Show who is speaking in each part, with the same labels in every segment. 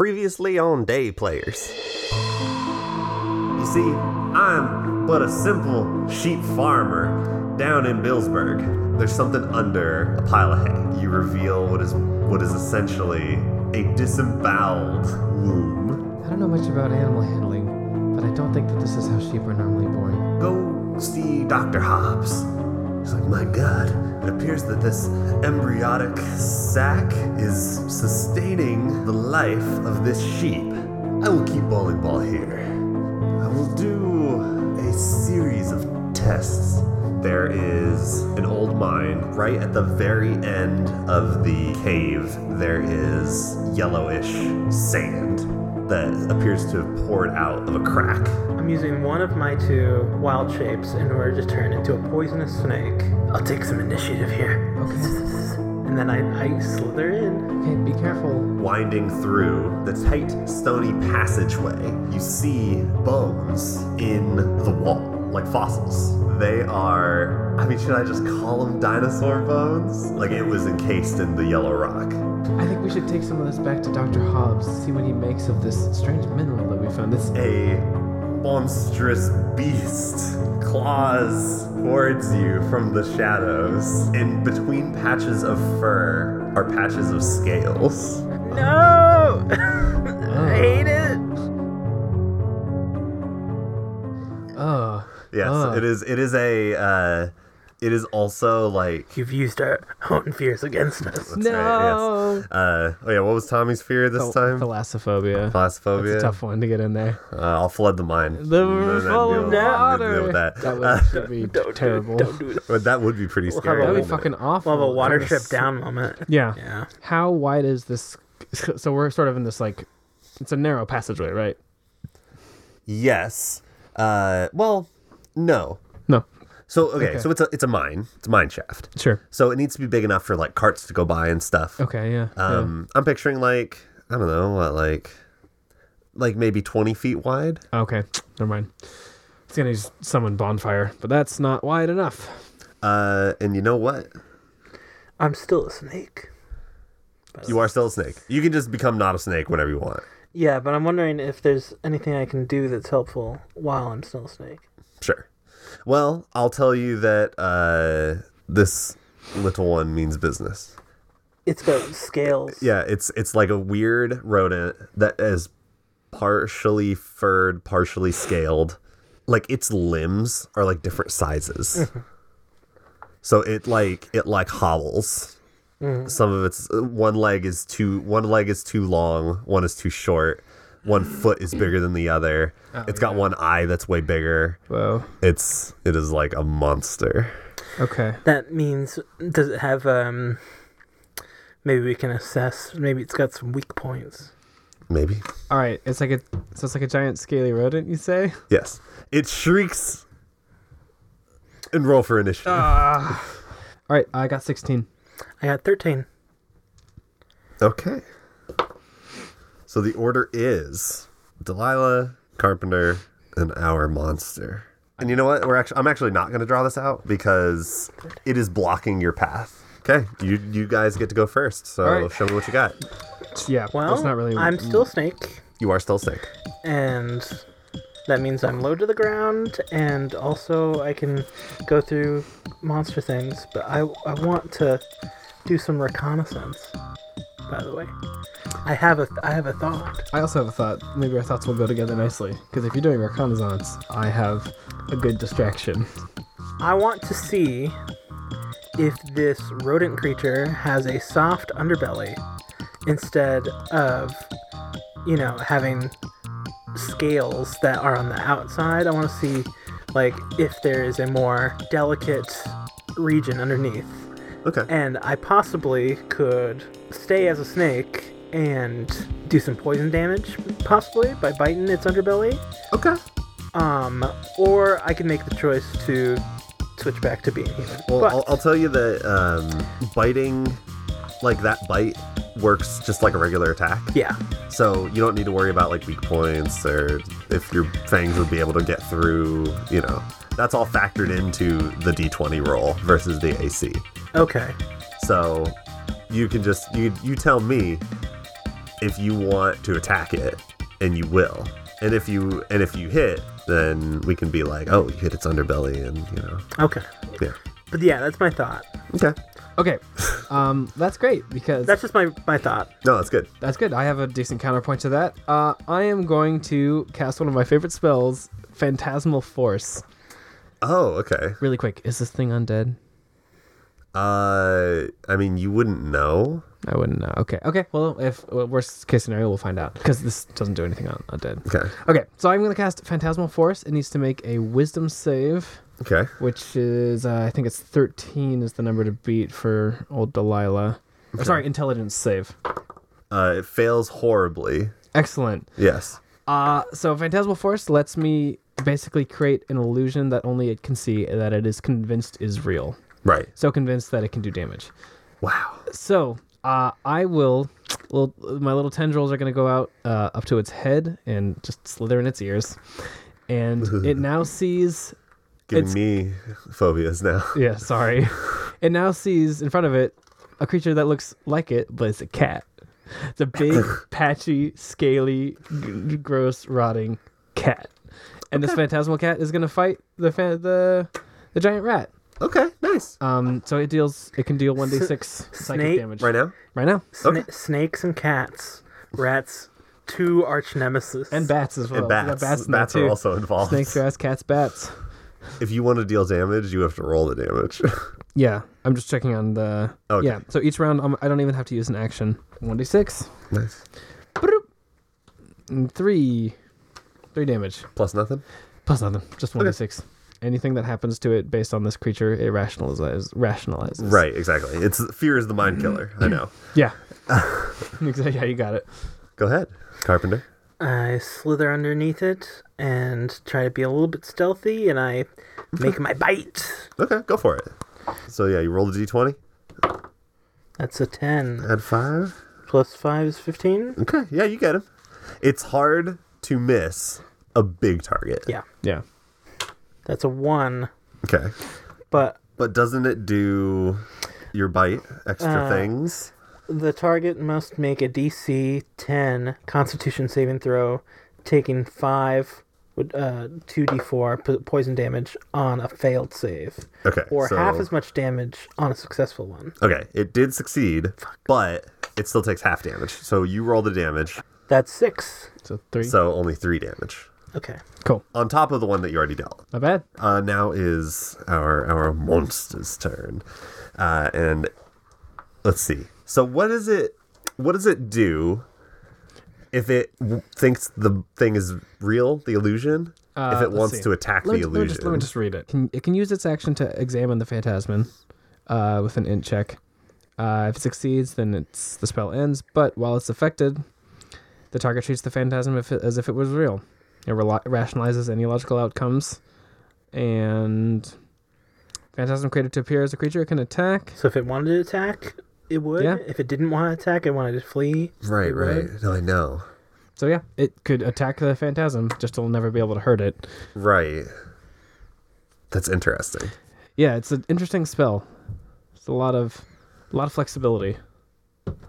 Speaker 1: Previously on Day Players.
Speaker 2: You see, I'm but a simple sheep farmer down in Billsburg. There's something under a pile of hay. You reveal what is what is essentially a disemboweled womb.
Speaker 3: I don't know much about animal handling, but I don't think that this is how sheep are normally born.
Speaker 2: Go see Dr. Hobbs. He's like, my god, it appears that this embryotic sac is sustaining the life of this sheep. I will keep bowling ball here. I will do a series of tests. There is an old mine. Right at the very end of the cave, there is yellowish sand that appears to have poured out of a crack.
Speaker 4: I'm using one of my two wild shapes in order to turn into a poisonous snake. I'll take some initiative here.
Speaker 3: Okay.
Speaker 4: And then I, I slither in.
Speaker 3: Okay, be careful.
Speaker 2: Winding through the tight, stony passageway, you see bones in the wall, like fossils. They are, I mean, should I just call them dinosaur bones? Like it was encased in the yellow rock.
Speaker 3: I think we should take some of this back to Dr. Hobbs, see what he makes of this strange mineral that we found. This
Speaker 2: a monstrous beast claws towards you from the shadows. And between patches of fur are patches of scales.
Speaker 4: No!
Speaker 3: I hate
Speaker 4: it!
Speaker 3: uh
Speaker 2: Yes,
Speaker 3: uh,
Speaker 2: it is. It is a. Uh, it is also like.
Speaker 4: You've used our own fears against us.
Speaker 2: that's right,
Speaker 3: No.
Speaker 2: yes. Uh, oh yeah. What was Tommy's fear this time?
Speaker 3: Thalassophobia. That's
Speaker 2: Thalassophobia.
Speaker 3: a tough one to get in there.
Speaker 2: Uh, I'll flood the mine.
Speaker 3: The
Speaker 2: And then
Speaker 3: fall
Speaker 2: deal-
Speaker 3: of
Speaker 2: Deal
Speaker 3: water.
Speaker 2: with that.
Speaker 3: That
Speaker 2: Uh,
Speaker 3: would should be
Speaker 4: Don't
Speaker 3: terrible.
Speaker 4: Do it. Don't do it.
Speaker 2: but that would be pretty
Speaker 4: We'll have
Speaker 2: scary.
Speaker 4: a-
Speaker 3: That would be
Speaker 2: wouldn't it?
Speaker 3: fucking awful.
Speaker 4: We'll have a water
Speaker 3: Kinda
Speaker 4: trip down moment.
Speaker 3: Yeah.
Speaker 4: Yeah.
Speaker 3: How wide is this? So we're sort of in this like, it's a narrow passageway, right?
Speaker 2: Yes. Uh, well, no.
Speaker 3: No.
Speaker 2: So okay,
Speaker 3: Okay.
Speaker 2: so it's a it's a mine. It's a mine shaft.
Speaker 3: Sure.
Speaker 2: So it needs to be big enough for like carts to go by and stuff.
Speaker 3: Okay. Yeah. yeah.
Speaker 2: Um, I'm picturing like I don't know what like like maybe 20 feet wide.
Speaker 3: Okay, never mind. It's gonna just summon bonfire, but that's not wide enough.
Speaker 2: Uh, and you know what?
Speaker 4: I'm still a snake.
Speaker 2: You are still a snake. You can just become not a snake whenever you want.
Speaker 4: Yeah, but I'm wondering if there's anything I can do that's helpful while I'm still a snake.
Speaker 2: Sure. Well, I'll tell you that uh, this little one means business.
Speaker 4: It's got scales.
Speaker 2: Yeah, it's it's like a weird rodent that is partially furred, partially scaled. Like its limbs are like different sizes. so it like it like hobbles. Some of its one leg is too one leg is too long, one is too short. One foot is bigger than the other. It's got one eye that's way bigger.
Speaker 3: Whoa.
Speaker 2: It's it is like a monster.
Speaker 3: Okay.
Speaker 4: That means does it have um maybe we can assess maybe it's got some weak points.
Speaker 2: Maybe.
Speaker 3: All right. It's like a so it's like a giant scaly rodent. You say?
Speaker 2: Yes. It shrieks and roll for initiative.
Speaker 3: Ah. All right. I got sixteen.
Speaker 4: I got thirteen.
Speaker 2: Okay. So the order is Delilah, Carpenter, and our monster. And you know what? We're actually I'm actually not going to draw this out because it is blocking your path. Okay, you you guys get to go first. So
Speaker 3: All right.
Speaker 2: show me what you got.
Speaker 3: Yeah.
Speaker 4: Well
Speaker 3: that's not really.
Speaker 4: I'm still a snake
Speaker 2: You are still sick.
Speaker 4: and that means I'm low to the ground and also I can go through monster things, but I I want to do some reconnaissance, by the way. I have a I have a thought.
Speaker 3: I also have a thought. Maybe our thoughts will go together nicely. Because if you're doing reconnaissance, I have a good distraction.
Speaker 4: I want to see if this rodent creature has a soft underbelly instead of, you know, having scales that are on the outside. I want to see, like, if there is a more delicate region underneath.
Speaker 2: Okay.
Speaker 4: And I possibly could stay as a snake and do some poison damage, possibly, by biting its underbelly.
Speaker 2: Okay.
Speaker 4: Um, or I can make the choice to switch back to being human.
Speaker 2: Well,
Speaker 4: but
Speaker 2: I'll, I'll tell you that um, biting like that bite works just like a regular attack.
Speaker 4: yeah,
Speaker 2: So you don't need to worry about like weak points or if your fangs would be able to get through, you know. That's all factored into the d20 roll versus the AC.
Speaker 4: okay,
Speaker 2: So you can just you you tell me if you want to attack it, and you will. And if you and if you hit, then we can be like, oh, you hit its underbelly, and you know,
Speaker 4: Okay.
Speaker 2: yeah,
Speaker 4: But yeah, that's my thought.
Speaker 2: okay,
Speaker 3: Okay, um, that's great because
Speaker 4: That's just my, my thought.
Speaker 2: no, that's good.
Speaker 3: That's good. I have a decent counterpoint to that. Uh, I am going to cast one of my favorite spells, Phantasmal Force.
Speaker 2: Oh, okay.
Speaker 3: Really quick, is this thing undead?
Speaker 2: Uh, I mean, you wouldn't know.
Speaker 3: I wouldn't know. Okay, okay. Well, if well, worst case scenario, we'll find out because this doesn't do anything on undead.
Speaker 2: Okay,
Speaker 3: Okay, so I'm going to cast Phantasmal Force. It needs to make a Wisdom save,
Speaker 2: okay,
Speaker 3: which is uh, I think it's 13 is the number to beat for old Delilah. Or, sorry, Intelligence save.
Speaker 2: uh, it fails horribly.
Speaker 3: Excellent.
Speaker 2: Yes.
Speaker 3: Uh, so Phantasmal Force lets me basically create an illusion that only it can see that it is convinced is real.
Speaker 2: Right.
Speaker 3: So convinced that it can do damage.
Speaker 2: Wow.
Speaker 3: So uh, I will. Well, my little tendrils are going to go out uh, up to its head and just slither in its ears, and it now sees.
Speaker 2: Giving
Speaker 3: It's-
Speaker 2: me phobias now.
Speaker 3: Yeah, sorry. It now sees in front of it a creature that looks like it, but it's a cat. It's a big, patchy, scaly, g- gross, rotting cat, and this phantasmal cat is going to fight the fa- the the giant rat.
Speaker 2: Okay, nice.
Speaker 3: Um, so it deals. It can deal one d six psychic
Speaker 4: snake?
Speaker 3: damage
Speaker 2: Right now?
Speaker 3: Right now,
Speaker 4: Sna- Snakes and cats, rats, two arch nemesis.
Speaker 3: and bats as well.
Speaker 2: And
Speaker 3: We got
Speaker 2: bats.
Speaker 3: bats,
Speaker 2: Bats,
Speaker 3: in there,
Speaker 2: are
Speaker 3: too.
Speaker 2: also involved.
Speaker 3: Snakes, grass, cats, bats.
Speaker 2: If you want to deal damage, you have to roll the damage.
Speaker 3: Yeah, I'm just checking on the.
Speaker 2: Okay.
Speaker 3: Yeah, so each round um, I don't even have to use an action. 1d6.
Speaker 2: nice.
Speaker 3: Bloop. And Mm, three. Three damage.
Speaker 2: Plus nothing.
Speaker 3: Plus nothing. Just 1d6. Anything that happens to it based on this creature, it rationalizes. rationalizes.
Speaker 2: Right, exactly. It's fear is the mind killer. I know.
Speaker 3: Yeah. Exa- yeah, you got it.
Speaker 2: Go ahead, Carpenter.
Speaker 4: I slither underneath it and try to be a little bit stealthy, and I make my bite.
Speaker 2: Okay, go for it. So yeah, you rolled a d20.
Speaker 4: That's a 10.
Speaker 2: Add five.
Speaker 4: Plus 5 is 15?
Speaker 2: Okay, yeah, you get him. It's hard to miss a big target.
Speaker 4: Yeah.
Speaker 3: Yeah.
Speaker 4: That's a 1.
Speaker 2: Okay,
Speaker 4: But
Speaker 2: but doesn't it do your bite extra
Speaker 4: Uh,
Speaker 2: things?
Speaker 4: the target must make a DC 10 Constitution saving throw, taking 5, with, uh, 2d4 po- poison damage on a failed save,
Speaker 2: Okay,
Speaker 4: or
Speaker 2: so-
Speaker 4: half as much damage on a successful one.
Speaker 2: Okay, it did succeed, but it still takes half damage. So you roll the damage,
Speaker 4: That's 6.
Speaker 3: So three.
Speaker 2: so only three damage
Speaker 4: Okay.
Speaker 3: cool.
Speaker 2: on top of the one that you already dealt.
Speaker 3: Not bad.
Speaker 2: Uh, now is our our monster's turn, uh, and let's see. So what is it? What does it do if it w- thinks the thing is real, the illusion? if it
Speaker 3: Uh, let's
Speaker 2: wants
Speaker 3: see.
Speaker 2: to attack
Speaker 3: Let me,
Speaker 2: the
Speaker 3: ju- let me
Speaker 2: illusion,
Speaker 3: just, let me just read it. Can, it can use its action to examine the phantasm uh, with an int check. Uh, if it succeeds, then it's the spell ends. But while it's affected, the target treats the phantasm if it, as if it was real. It rela- rationalizes any logical outcomes, and phantasm created to appear as a creature can attack.
Speaker 4: So if it wanted to attack, it would.
Speaker 3: Yeah.
Speaker 4: If it didn't want to attack, it wanted to flee.
Speaker 2: right,
Speaker 4: it would.
Speaker 2: right. No, I know.
Speaker 3: So yeah, it could attack the phantasm, just it'll never be able to hurt it.
Speaker 2: Right. That's interesting.
Speaker 3: Yeah, it's an interesting spell. It's a lot of, a lot of flexibility.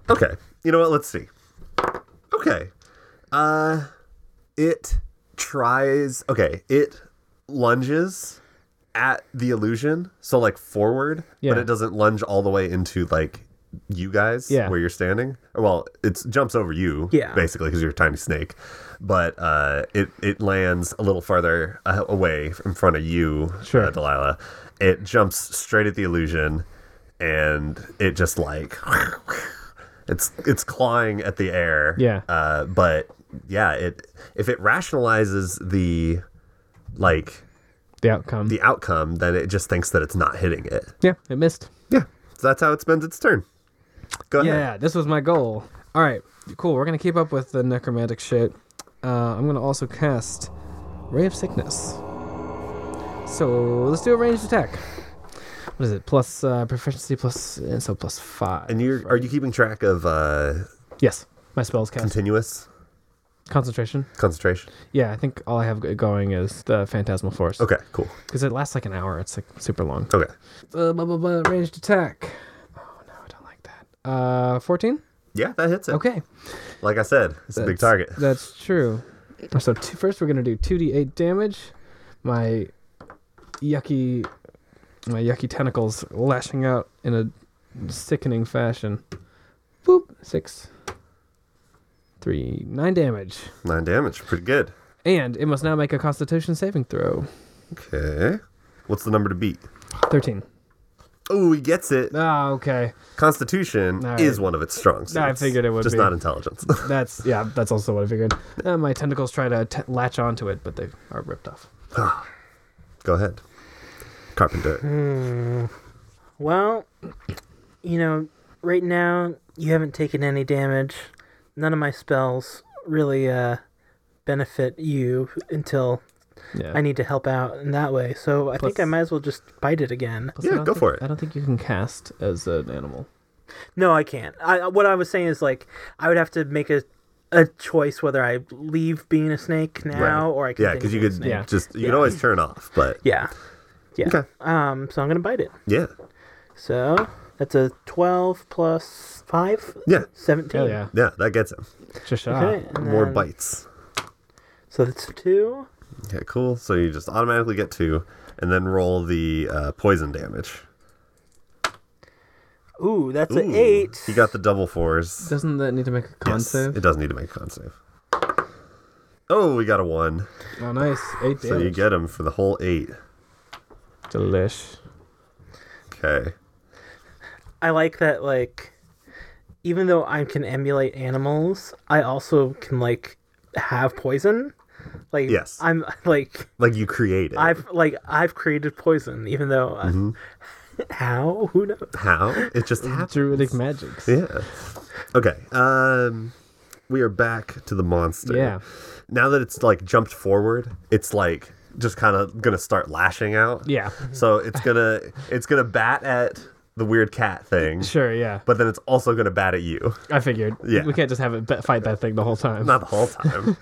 Speaker 2: Okay. You know what? Let's see. Okay. Uh it tries okay, it lunges at the illusion, so like forward,
Speaker 3: Yeah.
Speaker 2: but it doesn't lunge all the way into like you guys
Speaker 3: Yeah.
Speaker 2: where you're standing. Or, Well, it jumps over you
Speaker 4: Yeah.
Speaker 2: basically because you're a tiny snake. But uh, it it lands a little farther uh, away in front of you,
Speaker 3: Sure.
Speaker 2: uh, Delilah. It jumps straight at the illusion, and it just like it's it's clawing at the air.
Speaker 3: Yeah.
Speaker 2: Uh, but yeah, it if it rationalizes the like
Speaker 3: The outcome.
Speaker 2: the outcome, then it just thinks that it's not hitting it.
Speaker 3: yeah, it missed.
Speaker 2: Yeah. So that's how it spends its turn. Go ahead.
Speaker 3: Yeah, this was my goal. All right, cool. We're gonna keep up with the necromantic shit. Uh, I'm gonna also cast Ray of Sickness. So let's do a ranged attack. What is it? Plus uh, proficiency, plus and so plus five.
Speaker 2: And you're are you keeping track of uh,
Speaker 3: yes, my spells cast
Speaker 2: continuous
Speaker 3: concentration.
Speaker 2: concentration?
Speaker 3: Yeah, I think all I have g- going is the phantasmal force.
Speaker 2: Okay, cool.
Speaker 3: because it lasts like an hour. It's like super long.
Speaker 2: Okay.
Speaker 3: Uh, blah blah blah. Ranged attack. Oh no, I don't like that. Uh, fourteen.
Speaker 2: Yeah, that hits it.
Speaker 3: Okay.
Speaker 2: Like I said, it's a big
Speaker 3: That's-
Speaker 2: target.
Speaker 3: That's true. So two, first, we're gonna do two d eight damage. My yucky, my yucky tentacles lashing out in a sickening fashion. Boop six, three, nine damage,
Speaker 2: Nine damage. Pretty good.
Speaker 3: and it must now make a Constitution saving throw.
Speaker 2: Okay. What's the number to beat?
Speaker 3: Thirteen.
Speaker 2: Oh, he gets it.
Speaker 3: Ah, okay.
Speaker 2: Constitution
Speaker 3: All right.
Speaker 2: is one of its strong suits.
Speaker 3: I figured it would
Speaker 2: Just
Speaker 3: be.
Speaker 2: not intelligence.
Speaker 3: That's yeah. That's also what I figured. Uh, my tentacles try to t- latch onto it, but they are ripped off.
Speaker 2: Go ahead. Carpenter.
Speaker 4: Mm. Well, you know, right now you haven't taken any damage. None of my spells really uh, benefit you until
Speaker 3: Yeah.
Speaker 4: I need to help out in that way. So I think I
Speaker 3: Plus-
Speaker 4: might as well just bite it again.
Speaker 3: Plus, I
Speaker 2: Yeah,
Speaker 3: don't
Speaker 2: go
Speaker 3: think-
Speaker 2: for it.
Speaker 3: I don't think you can cast as an animal.
Speaker 4: No, I can't. I uh, what I was saying is like I would have to make a a choice whether I leave being a snake now or I
Speaker 2: Yeah,
Speaker 4: continue
Speaker 2: because you
Speaker 4: being a
Speaker 2: could
Speaker 4: snake.
Speaker 3: Yeah.
Speaker 2: just you
Speaker 4: Yeah.
Speaker 2: could always turn off, but
Speaker 4: Yeah. Yeah.
Speaker 2: Okay.
Speaker 4: Um, so I'm gonna bite it.
Speaker 2: yeah.
Speaker 4: So that's a twelve plus five.
Speaker 2: Yeah.
Speaker 4: Seventeen.
Speaker 3: Hell yeah.
Speaker 2: Yeah, that gets him.
Speaker 3: Just
Speaker 4: Okay. and
Speaker 2: More
Speaker 4: then-
Speaker 2: bites.
Speaker 4: So that's two.
Speaker 2: Okay, cool. So you just automatically get two and then roll the uh, poison damage.
Speaker 4: Ooh, that's an
Speaker 2: Ooh,
Speaker 4: eight.
Speaker 2: You got the double fours.
Speaker 3: Doesn't that need to make a con
Speaker 2: Yes,
Speaker 3: save?
Speaker 2: It does need to make a con save. Oh, we got a one.
Speaker 3: Oh, nice. Eight damage.
Speaker 2: So you get him for the whole eight.
Speaker 3: Delish.
Speaker 2: Okay.
Speaker 4: I like that. Like, even though I can emulate animals, I also can like have poison. Like,
Speaker 2: Yes.
Speaker 4: I'm like
Speaker 2: Like you create it.
Speaker 4: I've like I've created poison, even though uh,
Speaker 2: Mm-hmm.
Speaker 4: how who knows?
Speaker 2: How? It just happened.
Speaker 3: Druidic magics.
Speaker 2: Yeah. Okay. Um, we are back to the monster.
Speaker 3: Yeah.
Speaker 2: Now that it's like jumped forward, it's like just kind of gonna start lashing out.
Speaker 3: Yeah.
Speaker 2: So it's gonna it's gonna bat at the weird cat thing,
Speaker 3: Sure, yeah.
Speaker 2: but then it's also gonna bat at you.
Speaker 3: I figured.
Speaker 2: Yeah.
Speaker 3: We can't just have it be- fight that thing the whole time.
Speaker 2: Not the whole time.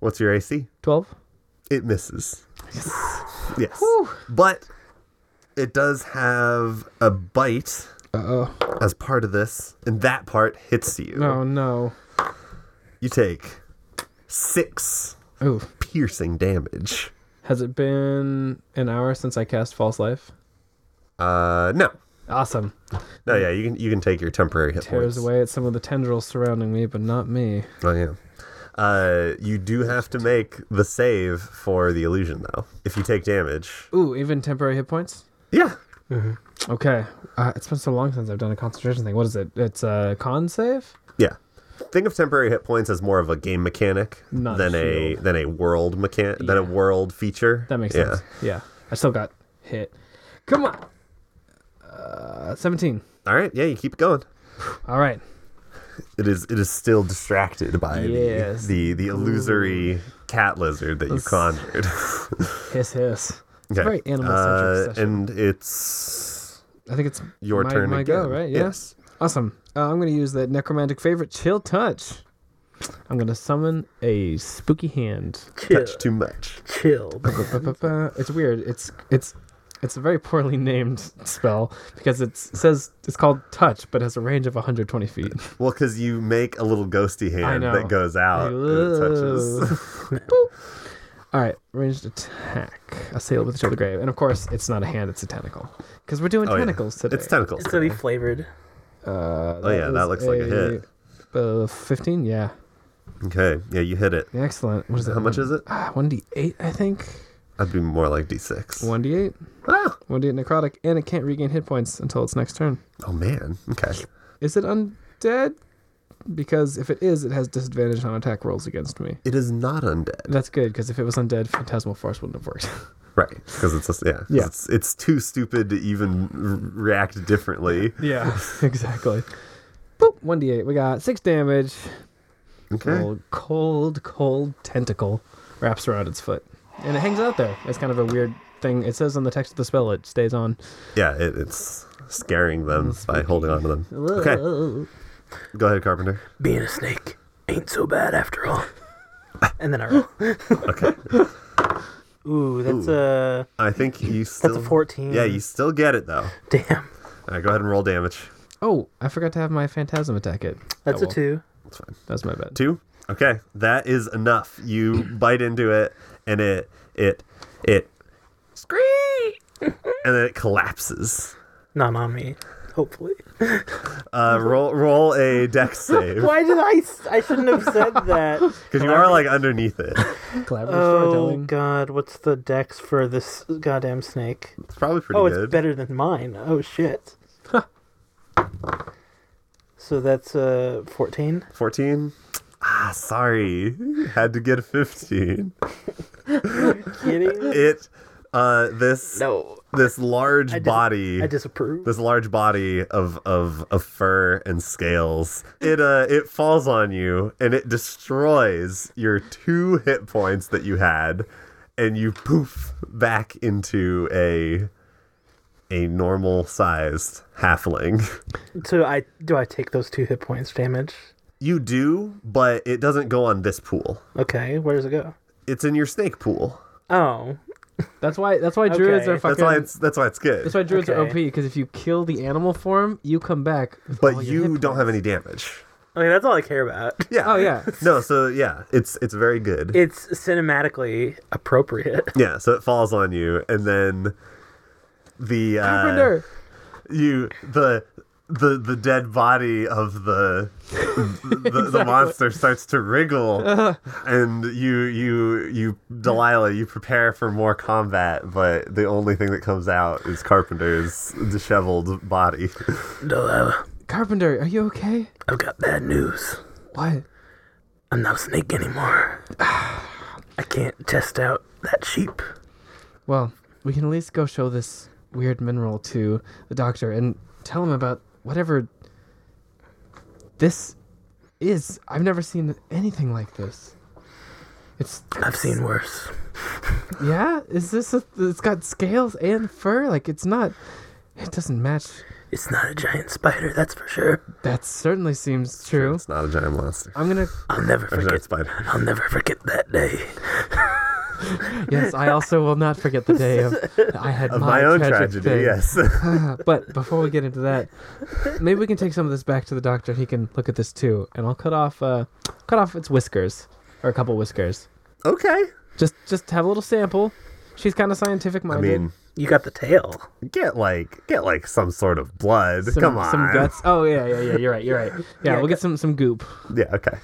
Speaker 2: What's your AC?
Speaker 3: 12?
Speaker 2: It misses. Yes. But it does have a bite
Speaker 3: Uh-oh.
Speaker 2: as part of this, and that part hits you.
Speaker 3: Oh, no.
Speaker 2: You take six
Speaker 3: Ooh.
Speaker 2: piercing damage.
Speaker 3: Has it been an hour since I cast False Life?
Speaker 2: Uh, no,
Speaker 3: Awesome.
Speaker 2: no, yeah, you can you can take your temporary hit
Speaker 3: Tears
Speaker 2: points.
Speaker 3: away at some of the tendrils surrounding me, but not me.
Speaker 2: Oh yeah. Uh, you do have to make the save for the illusion though. If you take damage,
Speaker 3: Ooh, even temporary hit points?
Speaker 2: yeah,
Speaker 3: Mm-hmm. Okay. Uh, it's been so long since I've done a concentration thing. What is it? It's a con save?
Speaker 2: yeah. Think of temporary hit points as more of a game mechanic
Speaker 3: Not
Speaker 2: than a
Speaker 3: shield.
Speaker 2: than a world mechanic than a
Speaker 3: Yeah.
Speaker 2: world feature.
Speaker 3: That makes
Speaker 2: yeah.
Speaker 3: sense. Yeah. I still got hit. Come on. Uh, 17.
Speaker 2: All right, yeah, you keep going.
Speaker 3: All right.
Speaker 2: It is it is still distracted by
Speaker 3: Yes.
Speaker 2: the, the the illusory cat lizard that you conjured.
Speaker 3: Hiss, hiss.
Speaker 2: Okay. Uh,
Speaker 3: Very animal-centric session.
Speaker 2: And it's
Speaker 3: I think it's
Speaker 2: your
Speaker 3: my,
Speaker 2: turn
Speaker 3: My
Speaker 2: again.
Speaker 3: go, right? Yeah.
Speaker 2: Yes.
Speaker 3: Awesome. Uh, I'm going to use that necromantic favorite, Chill Touch. I'm going to summon a spooky hand.
Speaker 4: Chill,
Speaker 2: Touch too much.
Speaker 4: chill.
Speaker 3: Ba-ba-ba. It's weird. It's it's it's a very poorly named spell because it says it's called touch, but has a range of 120 feet.
Speaker 2: Well, because you make a little ghosty hand
Speaker 3: know.
Speaker 2: that goes out and it touches.
Speaker 3: Boop. All right, ranged attack. Assail with the shoulder grave, and of course, it's not a hand; it's a tentacle. Because we're doing
Speaker 2: Oh, yeah.
Speaker 3: tentacles today.
Speaker 2: It's tentacles.
Speaker 4: It's gonna be flavored.
Speaker 3: Uh,
Speaker 2: Oh, yeah, that
Speaker 3: is
Speaker 2: looks like a hit.
Speaker 3: Uh, 15, yeah.
Speaker 2: Okay. Yeah, you hit it.
Speaker 3: Excellent. What is that?
Speaker 2: How much is it?
Speaker 3: Ah, 1d8, I think.
Speaker 2: I'd be more like D6.
Speaker 3: 1d8.
Speaker 2: Ah!
Speaker 3: 1d8 necrotic, and it can't regain hit points until its next turn.
Speaker 2: Oh, man. Okay.
Speaker 3: Is it undead? Because if it is, it has disadvantage on attack rolls against me.
Speaker 2: It is not undead.
Speaker 3: That's good, because if it was undead, Phantasmal Force wouldn't have worked.
Speaker 2: Right. Because it's, just, yeah. 'cause
Speaker 3: Yeah.
Speaker 2: It's, it's too stupid to even r- react differently.
Speaker 3: yeah, exactly. Boop, 1d8. We got 6 damage.
Speaker 2: Okay.
Speaker 3: Cold, cold, cold tentacle wraps around its foot. And it hangs out there. It's kind of a weird thing. It says on the text of the spell, it stays on.
Speaker 2: Yeah, it, it's scaring them by holding on to them. Okay.
Speaker 3: Okay.
Speaker 2: Go ahead, Carpenter.
Speaker 4: Being a snake ain't so bad after all. and then I roll.
Speaker 2: Okay.
Speaker 4: Ooh, that's a
Speaker 2: I think you still.
Speaker 4: 14.
Speaker 2: Yeah, you still get it, though.
Speaker 4: damn.
Speaker 2: All right, go ahead and roll damage.
Speaker 3: Oh, I forgot to have my phantasm attack it.
Speaker 4: That's
Speaker 3: Oh,
Speaker 4: a
Speaker 3: well,
Speaker 4: two.
Speaker 2: That's fine.
Speaker 3: That's my bad.
Speaker 2: Two. Okay, that is enough. You bite into it, and it it it
Speaker 4: Great.
Speaker 2: and then it collapses.
Speaker 4: Not on me. Hopefully.
Speaker 2: Uh, roll roll a dex save
Speaker 4: Why did I? s- I shouldn't have said that.
Speaker 2: because you are like underneath it.
Speaker 3: Collaborative
Speaker 4: Oh
Speaker 3: storytelling.
Speaker 4: God! What's the dex for this goddamn snake?
Speaker 2: It's probably pretty
Speaker 4: Oh,
Speaker 2: good.
Speaker 4: it's better than mine. Oh shit. so that's uh fourteen.
Speaker 2: 14 ah sorry had to get a 15
Speaker 4: Kidding?
Speaker 2: it uh this
Speaker 4: No.
Speaker 2: this large
Speaker 4: I dis-
Speaker 2: body
Speaker 4: I disapprove.
Speaker 2: this large body of, of of fur and scales it uh it falls on you and it destroys your two hit points that you had and you poof back into a a normal sized halfling
Speaker 4: So I do I take those two hit points damage?
Speaker 2: you do but it doesn't go on this pool
Speaker 4: Okay, where does it go?
Speaker 2: it's in your snake pool
Speaker 4: Oh,
Speaker 3: That's why. That's why druids
Speaker 4: Okay.
Speaker 3: are fucking.
Speaker 2: That's why it's that's why it's good.
Speaker 3: that's why druids are
Speaker 4: Okay.
Speaker 3: OP because if you kill the animal form, you come back. with
Speaker 2: but
Speaker 3: all your
Speaker 2: you
Speaker 3: hit
Speaker 2: don't have
Speaker 3: points.
Speaker 2: any damage.
Speaker 4: I mean that's all I care about.
Speaker 2: Yeah.
Speaker 3: Oh, yeah.
Speaker 2: no. So yeah, it's it's very good.
Speaker 4: It's cinematically appropriate.
Speaker 2: yeah. So it falls on you, and then the uh,
Speaker 3: Carpenter.
Speaker 2: you the the the dead body of the the, the monster starts to wriggle,
Speaker 3: Uh-huh.
Speaker 2: and you you you Delilah, you prepare for more combat, but the only thing that comes out is Carpenter's disheveled body.
Speaker 4: Delilah,
Speaker 3: Carpenter, are you okay?
Speaker 4: I've got bad news.
Speaker 3: What?
Speaker 4: I'm not a snake anymore. I can't test out that sheep.
Speaker 3: Well, we can at least go show this weird mineral to the doctor and tell him about whatever this is. I've never seen anything like this. It's
Speaker 4: I've seen worse.
Speaker 3: yeah. Is this? A, it's got scales and fur. Like it's not. It doesn't match.
Speaker 4: It's not a giant spider, that's for sure.
Speaker 3: That certainly seems true.
Speaker 2: It's not a giant monster.
Speaker 3: I'm gonna.
Speaker 4: I'll never
Speaker 2: Or a giant
Speaker 4: forget.
Speaker 2: spider.
Speaker 4: I'll never forget that day.
Speaker 3: Yes, I also will not forget the day of I had
Speaker 2: of my, own tragedy.
Speaker 3: day.
Speaker 2: Yes.
Speaker 3: Ah, but before we get into that, maybe we can take some of this back to the doctor and he can look at this too. And I'll cut off uh cut off its whiskers. Or a couple whiskers.
Speaker 2: okay.
Speaker 3: Just just have a little sample. She's kinda scientific
Speaker 2: I
Speaker 3: minded.
Speaker 2: mean,
Speaker 4: You got the tail.
Speaker 2: get like get like some sort of blood.
Speaker 3: some,
Speaker 2: Come on.
Speaker 3: some guts. Oh yeah, yeah, yeah, you're right, you're right. Yeah,
Speaker 4: Yeah,
Speaker 3: we'll get some some goop.
Speaker 2: Yeah. Okay.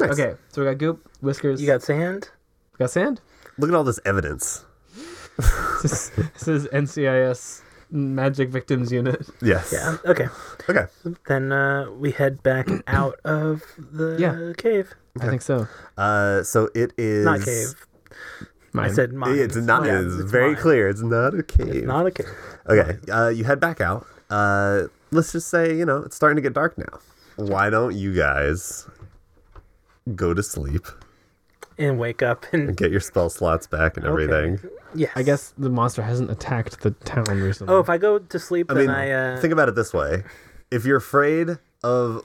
Speaker 2: Nice.
Speaker 3: Okay. So we got goop, whiskers,
Speaker 4: You got sand?
Speaker 3: got sand?
Speaker 2: Look at all this evidence.
Speaker 3: This is, this is NCIS Magic Victims Unit.
Speaker 2: Yes.
Speaker 4: Yeah. Okay.
Speaker 2: Okay.
Speaker 4: Then uh, we head back out of the
Speaker 3: Yeah.
Speaker 4: cave.
Speaker 3: I think so.
Speaker 2: Uh, so it is
Speaker 4: Not cave. I
Speaker 3: Mine.
Speaker 4: said mine.
Speaker 2: It's not.
Speaker 4: Yeah,
Speaker 2: it's, very
Speaker 4: mine.
Speaker 2: clear. It's not a cave.
Speaker 4: It's not a cave.
Speaker 2: okay. Uh, you head back out. Uh, let's just say you know it's starting to get dark now. Why don't you guys go to sleep
Speaker 4: And wake up and
Speaker 2: and get your spell slots back and
Speaker 3: Okay.
Speaker 2: everything?
Speaker 4: yes.
Speaker 3: I guess the monster hasn't attacked the town recently.
Speaker 4: Oh, if I go to sleep,
Speaker 2: I
Speaker 4: then
Speaker 2: mean,
Speaker 4: I uh,
Speaker 2: think about it this way: if you're afraid of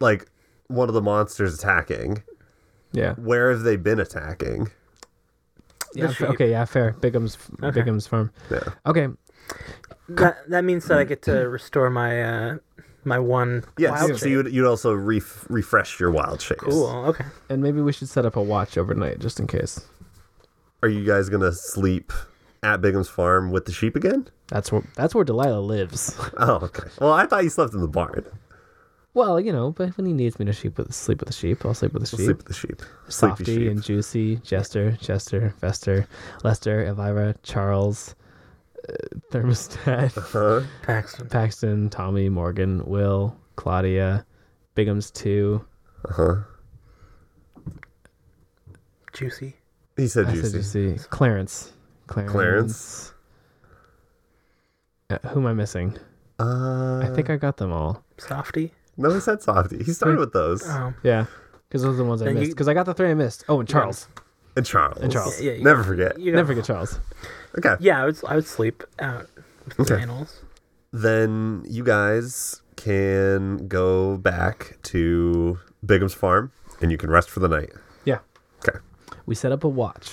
Speaker 2: like one of the monsters attacking,
Speaker 3: yeah.
Speaker 2: where have they been attacking?
Speaker 3: yeah
Speaker 4: sheep.
Speaker 3: okay, yeah, fair. Bigum's
Speaker 4: Okay.
Speaker 3: Bigum's farm.
Speaker 2: Yeah.
Speaker 3: Okay,
Speaker 4: that that means that I get to restore my uh, my one.
Speaker 2: Yeah,
Speaker 4: wild
Speaker 2: so
Speaker 4: shape.
Speaker 2: you'd, you'd also re- refresh your wild shapes.
Speaker 4: Cool. Okay.
Speaker 3: and maybe we should set up a watch overnight just in case.
Speaker 2: Are you guys gonna sleep at Bigum's farm with the sheep again?
Speaker 3: That's where that's where Delilah lives.
Speaker 2: Oh, okay. Well, I thought you slept in the barn.
Speaker 3: well, you know, but when he needs me to sheep with, sleep with the sheep, I'll sleep with the
Speaker 2: Sleep
Speaker 3: sheep.
Speaker 2: with the sheep. Sleepy
Speaker 3: Softy
Speaker 2: sheep.
Speaker 3: and Juicy, Jester, Chester, Vester, Lester, Elvira, Charles, uh, Thermostat,
Speaker 2: huh?
Speaker 4: Paxton.
Speaker 3: Paxton, Tommy, Morgan, Will, Claudia, Bigum's two.
Speaker 2: Uh-huh.
Speaker 4: Juicy.
Speaker 2: He said
Speaker 3: I said
Speaker 2: juicy.
Speaker 3: Juicy. Clarence. Clarence. Uh, who am I missing?
Speaker 2: Uh,
Speaker 3: I think I got them all.
Speaker 4: Softy.
Speaker 2: no, he said softy. He started with those.
Speaker 4: Oh.
Speaker 3: Yeah, because those are the ones I
Speaker 4: Then you-
Speaker 3: missed. Because I got the three I missed. Oh, and Charles.
Speaker 2: And Charles.
Speaker 3: And Charles.
Speaker 4: Yeah, yeah, you-
Speaker 2: Never forget.
Speaker 4: You
Speaker 3: Never forget Charles.
Speaker 2: Okay.
Speaker 4: Yeah, I would I would sleep out with the
Speaker 2: Okay.
Speaker 4: animals.
Speaker 2: then you guys can go back to Bigum's farm and you can rest for the night.
Speaker 3: Yeah.
Speaker 2: Okay.
Speaker 3: We set up a watch.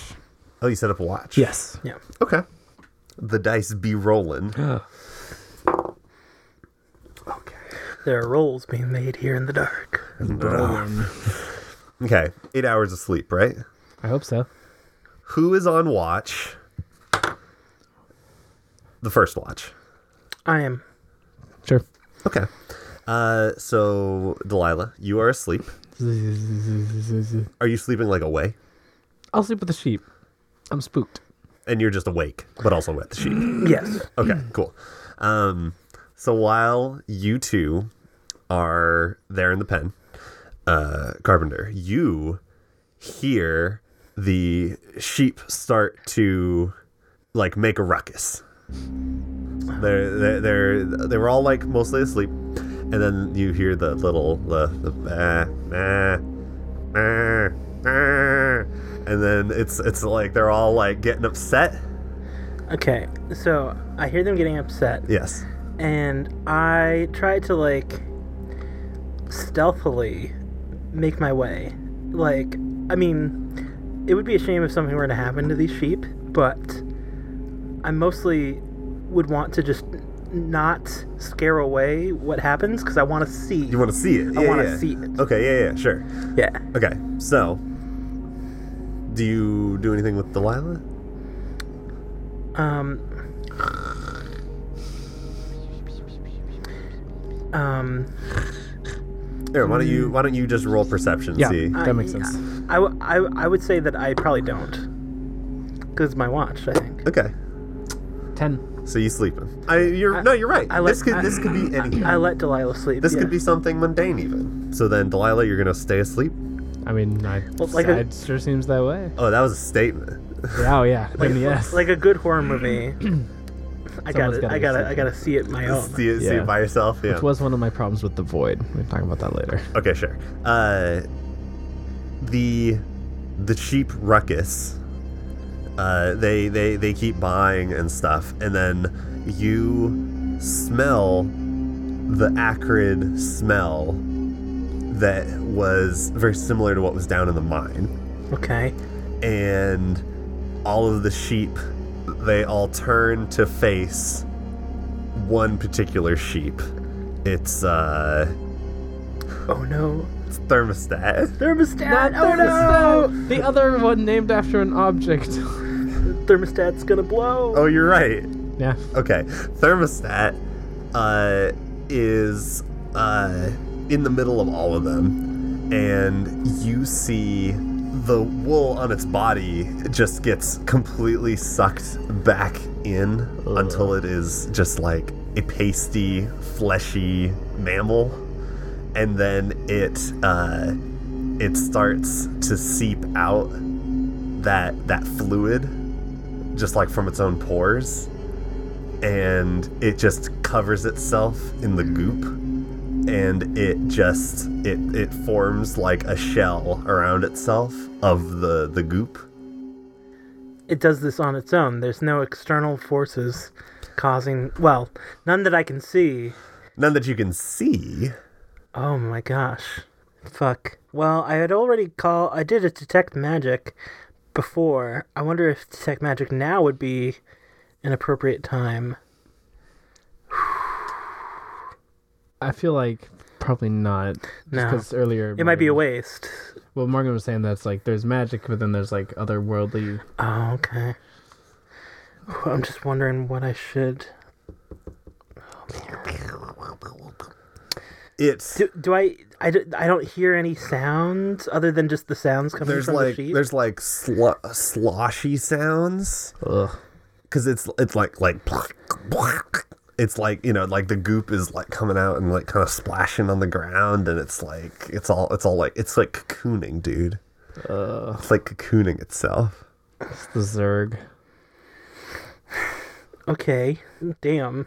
Speaker 2: Oh, you set up a watch.
Speaker 3: Yes.
Speaker 4: Yeah.
Speaker 2: Okay. The dice be rolling.
Speaker 4: There are rolls being made here in the dark.
Speaker 2: Okay, eight hours of sleep, right?
Speaker 3: I hope so.
Speaker 2: Who is on watch? The first watch.
Speaker 4: I am.
Speaker 3: Sure.
Speaker 2: Okay. Uh, so Delilah, you are asleep. Are you sleeping like away?
Speaker 3: I'll sleep with the sheep. I'm spooked.
Speaker 2: And you're just awake, but also with the sheep.
Speaker 4: Yes.
Speaker 2: Okay, cool. Um, so while you two are there in the pen, uh, Carpenter, you hear the sheep start to like make a ruckus. They're they're, they're they were all like mostly asleep, and then you hear the little the the bah, bah, bah, bah, and then it's it's like they're all like getting upset.
Speaker 4: Okay. So I hear them getting upset,
Speaker 2: Yes.
Speaker 4: and I try to like stealthily make my way. Like, I mean, it would be a shame if something were to happen to these sheep, but I mostly would want to just not scare away what happens because I want to see.
Speaker 2: You want to see it?
Speaker 4: I
Speaker 2: Yeah,
Speaker 4: wanna
Speaker 2: yeah.
Speaker 4: see it.
Speaker 2: Okay, yeah, yeah, sure.
Speaker 4: yeah.
Speaker 2: Okay, so do you do anything with Delilah?
Speaker 4: Um. Um.
Speaker 2: Here, why don't you why don't you just roll perception?
Speaker 3: Yeah,
Speaker 2: See.
Speaker 3: that makes sense.
Speaker 4: I, w- I, w- I would say that I probably don't. Because my watch, I think.
Speaker 2: Okay,
Speaker 3: Ten.
Speaker 2: so you sleeping? I you're no, you're right.
Speaker 4: I let-
Speaker 2: this could
Speaker 4: I-
Speaker 2: this could be anything.
Speaker 4: I let Delilah sleep.
Speaker 2: this
Speaker 4: yeah.
Speaker 2: could be something mundane even. So then, Delilah, you're gonna stay asleep.
Speaker 3: I mean, I,
Speaker 4: Well, like a-
Speaker 3: it sure seems that way.
Speaker 2: Oh, that was a statement.
Speaker 3: Yeah, oh yeah. Then yes.
Speaker 4: like a good horror movie. I
Speaker 3: Someone's
Speaker 4: gotta,
Speaker 3: gotta
Speaker 4: I
Speaker 3: be
Speaker 4: gotta, I
Speaker 3: sleeping.
Speaker 4: gotta see it my own.
Speaker 2: see, it, see
Speaker 3: Yeah.
Speaker 2: it by yourself. Yeah.
Speaker 3: Which was one of my problems with the void. We can talk about that later.
Speaker 2: Okay, sure. Uh, the the cheap ruckus. Uh, they they they keep buying and stuff, and then you smell the acrid smell that was very similar to what was down in the mine
Speaker 4: Okay.
Speaker 2: and all of the sheep they all turn to face one particular sheep it's uh
Speaker 4: Oh no.
Speaker 2: it's thermostat
Speaker 4: Thermostat. oh
Speaker 3: The other one named after an object.
Speaker 4: no. Thermostat's gonna blow.
Speaker 2: oh you're right
Speaker 3: yeah.
Speaker 2: okay thermostat uh is uh in the middle of all of them and you see the wool on its body just gets completely sucked back in until it is just like a pasty fleshy mammal and then it uh it starts to seep out that that fluid just like from its own pores and it just covers itself in the goop and it just it it forms like a shell around itself of the the goop
Speaker 4: It does this on its own. There's no external forces causing. Well, none that I can see.
Speaker 2: none that you can see
Speaker 4: Oh my gosh. Fuck. Well, I had already call I did a detect magic before. I wonder if detect magic now would be an appropriate time.
Speaker 3: I feel like probably not. Just
Speaker 4: No.
Speaker 3: 'cause earlier.
Speaker 4: It might be a
Speaker 3: Morgan-
Speaker 4: waste.
Speaker 3: Well, Morgan was saying that's like there's magic, but then there's like otherworldly.
Speaker 4: Oh, okay. Whew, I'm just wondering what I should
Speaker 2: it's
Speaker 4: do. Do I I, d- I don't hear any sounds other than just the sounds coming
Speaker 2: there's
Speaker 4: from
Speaker 2: like
Speaker 4: the sheep.
Speaker 2: there's like slu- sloshy sounds
Speaker 3: Ugh.
Speaker 2: because it's it's like like it's like you know like the goop is like coming out and like kind of splashing on the ground and it's like it's all it's all like it's like cocooning dude it's like cocooning itself
Speaker 3: It's the Zerg.
Speaker 4: Okay. Damn.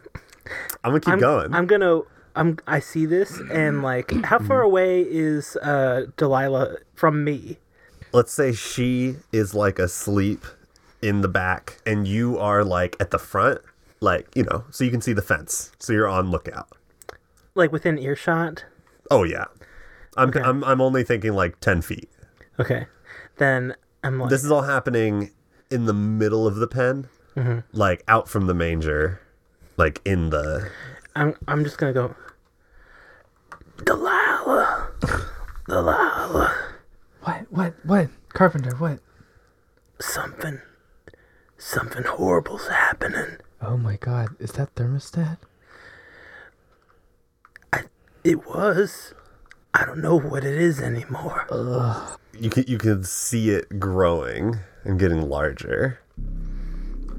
Speaker 2: i'm gonna keep
Speaker 4: I'm
Speaker 2: going
Speaker 4: I'm gonna. I'm. I see this and like, how far away is uh Delilah from me?
Speaker 2: let's say she is like asleep in the back and you are like at the front like you know so you can see the fence so you're on lookout
Speaker 4: Like within earshot?
Speaker 2: oh yeah i'm
Speaker 4: Okay.
Speaker 2: i'm, I'm only thinking like 10 feet
Speaker 4: Okay. Then I'm like,
Speaker 2: this is all happening in the middle of the pen
Speaker 4: Mm-hmm.
Speaker 2: like out from the manger like in the
Speaker 4: I'm. I'm just gonna go. Delilah. Delilah.
Speaker 5: What? What? What? Carpenter, what?
Speaker 4: Something. Something horrible's happening.
Speaker 5: Oh my god, is that thermostat?
Speaker 4: It was. I don't know what it is anymore.
Speaker 2: Uh. You can you can see it growing and getting larger.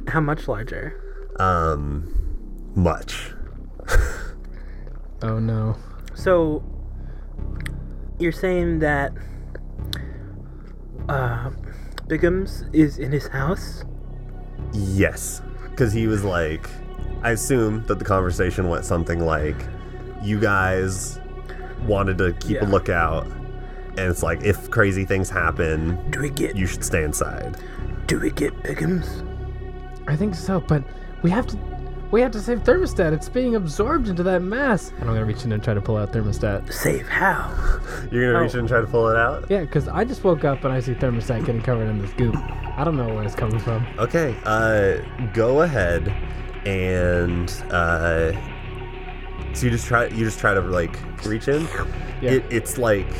Speaker 4: How much larger?
Speaker 2: Um, much.
Speaker 3: Oh no.
Speaker 4: So, you're saying that uh, Biggums is in his house?
Speaker 2: Yes, because he was like, I assume that the conversation went something like, you guys wanted to keep
Speaker 4: Yeah.
Speaker 2: a lookout, and it's like if crazy things happen,
Speaker 4: Do we get
Speaker 2: you should stay inside.
Speaker 4: Do we get Biggums?
Speaker 5: I think so, but we have to we have to save thermostat. It's being absorbed into that mass.
Speaker 3: And I'm gonna reach in and try to pull out thermostat.
Speaker 4: Save how?
Speaker 2: You're gonna
Speaker 4: Oh.
Speaker 2: reach in and try to pull it out.
Speaker 3: Yeah, because I just woke up and I see thermostat getting covered in this goop. I don't know where it's coming from.
Speaker 2: Okay, uh, go ahead and uh, so you just try you just try to like reach in.
Speaker 3: Yeah.
Speaker 2: It, it's like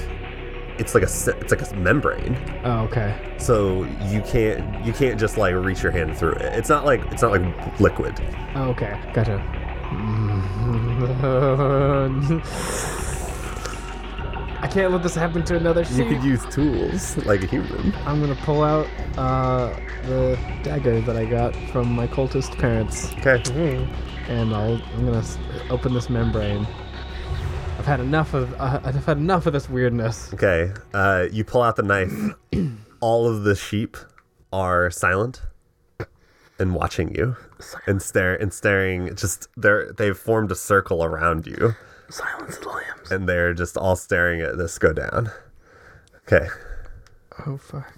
Speaker 2: it's like a se- it's like a membrane.
Speaker 3: Oh, okay.
Speaker 2: so you can't you can't just like reach your hand through it it's not like it's not like liquid
Speaker 3: Oh, okay. Gotcha. I can't let this happen to another sheep.
Speaker 2: you could use tools like a human
Speaker 3: I'm gonna pull out uh, the dagger that I got from my cultist parents,
Speaker 2: okay
Speaker 3: and I'll, I'm gonna s- open this membrane. I've had enough of uh, I've had enough of this weirdness.
Speaker 2: okay uh, you pull out the knife all of the sheep are silent and watching you and stare and staring just they're they've formed a circle around you
Speaker 4: Silence of the Lambs.
Speaker 2: and they're just all staring at this go down okay
Speaker 3: Oh fuck!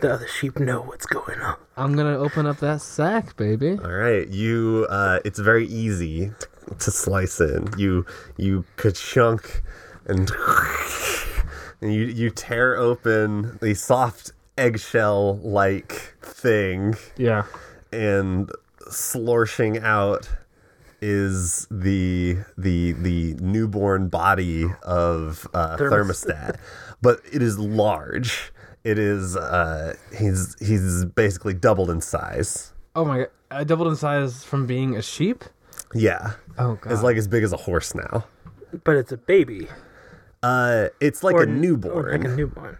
Speaker 4: The other sheep know what's going on.
Speaker 3: I'm gonna open up that sack, baby.
Speaker 2: All right, you. Uh, it's very easy to slice in. You you ka-chunk and, and you you tear open the soft eggshell like thing,
Speaker 3: Yeah.
Speaker 2: and sloshing out is the the the newborn body of uh, thermostat, but it is large. It is uh, he's he's basically doubled in size.
Speaker 3: Oh my god! I doubled in size from being a sheep.
Speaker 2: Yeah.
Speaker 3: Oh god!
Speaker 2: It's like as big as a horse now.
Speaker 4: But it's a baby.
Speaker 2: Uh, it's like
Speaker 4: Or-
Speaker 2: a newborn,
Speaker 4: Or like a newborn.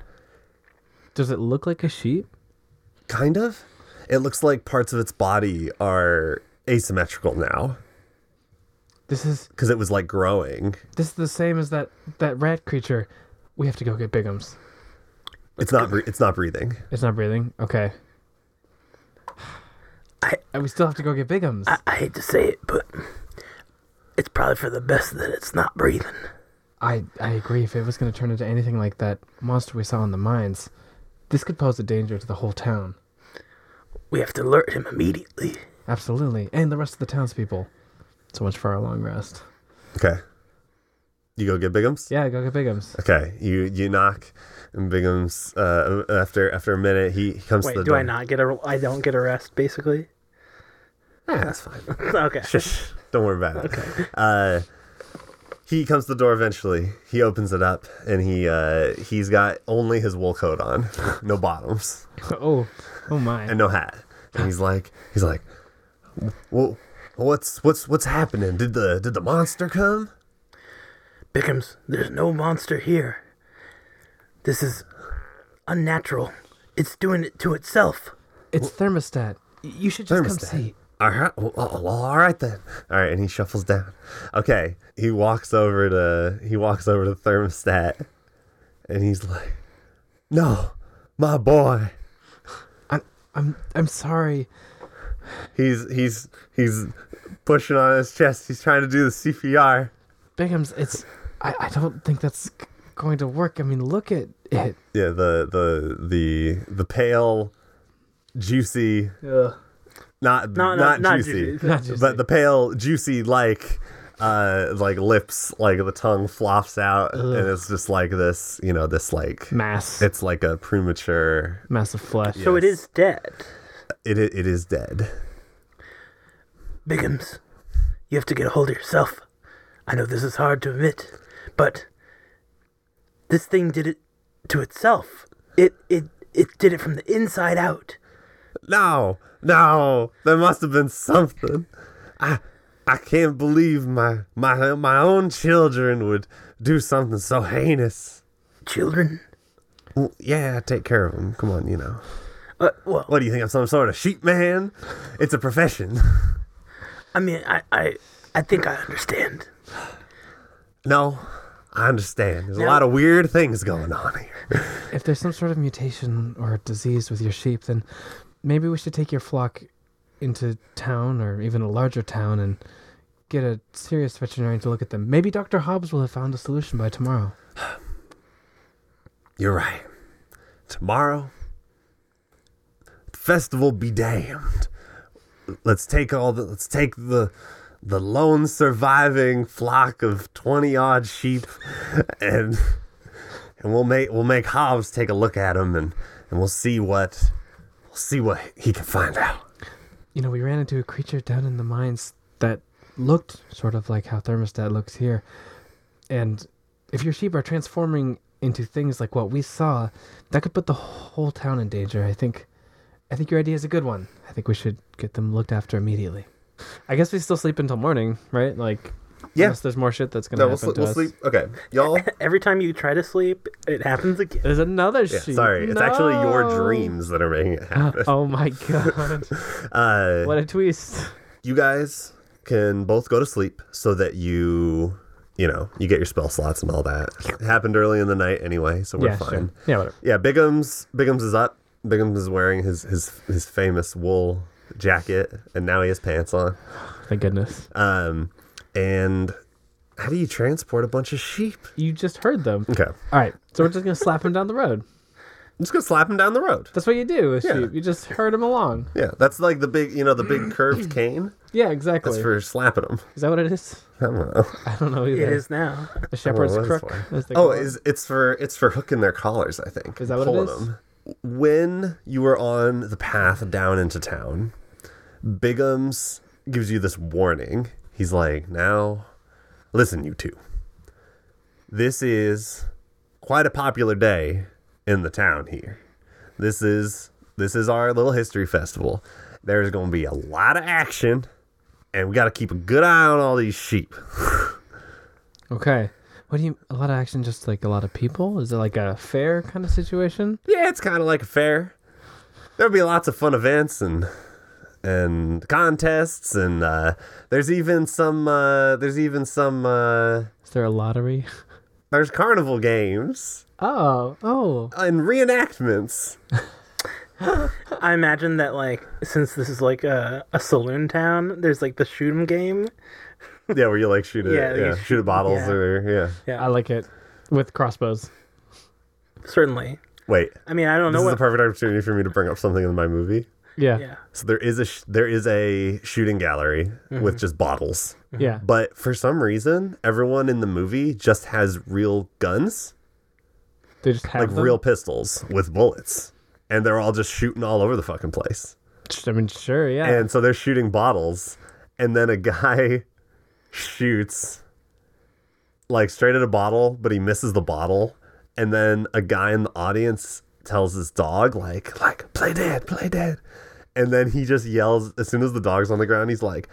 Speaker 3: Does it look like a sheep?
Speaker 2: kind of. It looks like parts of its body are asymmetrical now
Speaker 3: This is
Speaker 2: because it was like growing.
Speaker 3: this is the same as that that rat creature. We have to go get Bigums.
Speaker 2: It's not. Bre- it's not breathing.
Speaker 3: It's not breathing. Okay.
Speaker 4: I-
Speaker 3: and we still have to go get Bigums.
Speaker 4: I, I hate to say it, but it's probably for the best that it's not breathing.
Speaker 3: I, I agree. If it was going to turn into anything like that monster we saw in the mines, this could pose a danger to the whole town.
Speaker 4: We have to alert him immediately.
Speaker 3: Absolutely. And the rest of the townspeople. So much for our long rest.
Speaker 2: Okay. You go get Bigums.
Speaker 3: Yeah, go get Bigums.
Speaker 2: Okay. You you knock, and Bigums. Uh, after after a minute, he, he comes
Speaker 4: Wait,
Speaker 2: to the
Speaker 4: do
Speaker 2: door.
Speaker 4: I not get a? I don't get a rest, basically.
Speaker 2: Yeah, that's fine.
Speaker 4: okay.
Speaker 2: Shush. Don't worry about it. Uh, he comes to the door eventually. He opens it up, and he uh, he's got only his wool coat on, no bottoms.
Speaker 3: oh, oh my.
Speaker 2: and uh, no hat. And he's like, he's like, well, what's what's what's happening? Did the did the monster come?
Speaker 4: Bickums, there's no monster here. This is unnatural. It's doing it to itself.
Speaker 3: it's thermostat. Y- You should just come
Speaker 2: Thermostat.
Speaker 3: see.
Speaker 2: All right, well, oh, well, all right then. All right, and he shuffles down. Okay, he walks over to he walks over to the thermostat, and he's like, no, my boy.
Speaker 3: I'm, I'm, I'm sorry.
Speaker 2: He's he's he's pushing on his chest. He's trying to do the CPR.
Speaker 3: Bigums, it's. I, I don't think that's g- going to work. I mean, look at it.
Speaker 2: Yeah, the the the the pale, juicy
Speaker 3: Ugh.
Speaker 2: not
Speaker 4: No,
Speaker 2: not,
Speaker 4: no, not
Speaker 2: juicy,
Speaker 4: juicy.
Speaker 3: Not juicy.
Speaker 2: but the pale juicy like uh like lips like the tongue flops out and it's just like this you know this like
Speaker 3: Mass.
Speaker 2: it's like a premature
Speaker 3: Mass of flesh.
Speaker 4: So it
Speaker 2: Yes.
Speaker 4: is dead.
Speaker 2: it i- it is dead
Speaker 4: Biggums, you have to get a hold of yourself. I know this is hard to admit, but this thing did it to itself. It it it did it from the inside out.
Speaker 2: No, no, there must have been something. I, I can't believe my my my own children would do something so heinous.
Speaker 4: Children.
Speaker 2: Well, yeah, take care of them. Come on, you know.
Speaker 4: Uh, well,
Speaker 2: What do you think? I'm some sort of sheep man? It's a profession.
Speaker 4: I mean, I I I think I understand.
Speaker 2: No, I understand. There's a
Speaker 4: No.
Speaker 2: lot of weird things going on here.
Speaker 3: If there's some sort of mutation or disease with your sheep, then maybe we should take your flock into town or even a larger town and get a serious veterinarian to look at them. Maybe Dr. Hobbs will have found a solution by tomorrow.
Speaker 2: You're right. Tomorrow, festival be damned. Let's take all the let's take the the lone surviving flock of twenty odd sheep, and and we'll make we'll make Hobbs take a look at them, and and we'll see what we'll see what he can find out.
Speaker 3: You know, we ran into a creature down in the mines that looked sort of like how thermostat looks here. And if your sheep are transforming into things like what we saw, that could put the whole town in danger. I think I think your idea is a good one. I think we should get them looked after immediately. I guess we still sleep until morning, right? Like
Speaker 2: Yeah.
Speaker 3: unless there's more shit that's gonna happen to us.
Speaker 2: Okay, y'all.
Speaker 4: Every time you try to sleep, it happens again.
Speaker 3: There's another
Speaker 2: Yeah,
Speaker 3: sheep.
Speaker 2: sorry, it's actually your
Speaker 3: No.
Speaker 2: dreams that are making it happen.
Speaker 3: Oh my god.
Speaker 2: Uh,
Speaker 3: what a twist.
Speaker 2: you guys can both go to sleep so that you you know you get your spell slots and all that it happened early in the night anyway so we're
Speaker 3: yeah, sure.
Speaker 2: fine
Speaker 3: Yeah, whatever.
Speaker 2: yeah biggums biggums is up biggums is wearing his his his famous wool jacket and now he has pants on
Speaker 3: Thank goodness.
Speaker 2: um and how do you transport a bunch of sheep
Speaker 3: You just heard them.
Speaker 2: okay
Speaker 3: All right, so we're just gonna slap him down the road.
Speaker 2: i'm just gonna slap him down the road
Speaker 3: That's what you do. Is
Speaker 2: Yeah.
Speaker 3: you, you just herd him along.
Speaker 2: yeah that's like the big you know the big curved cane
Speaker 3: Yeah, exactly.
Speaker 2: that's for slapping them
Speaker 3: Is that what it is?
Speaker 2: i don't know
Speaker 3: I don't know either.
Speaker 4: It is now.
Speaker 3: a shepherd's
Speaker 2: Well, what is
Speaker 3: crook.
Speaker 2: it for?
Speaker 3: as they
Speaker 2: Oh,
Speaker 3: call it.
Speaker 2: is it's for it's for hooking their collars, I think.
Speaker 3: Is that what it
Speaker 2: Pulling
Speaker 3: is?
Speaker 2: Them. When you were on the path down into town, Biggums gives you this warning. He's like, "Now, listen, you two. This is quite a popular day in the town here. This is this is our little history festival. There's going to be a lot of action, and we got to keep a good eye on all these sheep."
Speaker 3: okay. What do you? A lot of action, just like a lot of people. Is it like a fair kind of situation?
Speaker 2: yeah, it's kind of like a fair. There'll be lots of fun events and and contests and uh, there's even some uh, there's even some uh,
Speaker 3: Is there a lottery?
Speaker 2: there's carnival games
Speaker 3: Oh, oh,
Speaker 2: and reenactments.
Speaker 4: I imagine that like since this is like a, a saloon town, there's like the shoot 'em game.
Speaker 2: yeah, where you like shoot at
Speaker 4: Yeah,
Speaker 2: yeah,
Speaker 4: you
Speaker 2: shoot,
Speaker 4: shoot-
Speaker 2: at bottles
Speaker 4: yeah.
Speaker 2: or yeah.
Speaker 4: Yeah,
Speaker 3: I like it with crossbows.
Speaker 4: certainly.
Speaker 2: Wait,
Speaker 4: I mean, I don't
Speaker 2: this
Speaker 4: know
Speaker 2: is the
Speaker 4: what.
Speaker 2: perfect opportunity for me to bring up something in my movie.
Speaker 3: Yeah, yeah.
Speaker 4: yeah,
Speaker 2: So there is a sh- there is a shooting gallery
Speaker 4: Mm-hmm.
Speaker 2: with just bottles, but for some reason, everyone in the movie just has real guns.
Speaker 3: They just have
Speaker 2: like
Speaker 3: them?
Speaker 2: real pistols with bullets and they're all just shooting all over the fucking place
Speaker 3: I mean, sure, yeah.
Speaker 2: and so they're shooting bottles and then a guy shoots like straight at a bottle but he misses the bottle and then a guy in the audience tells his dog like like play dead play dead and then he just yells as soon as the dog's on the ground he's like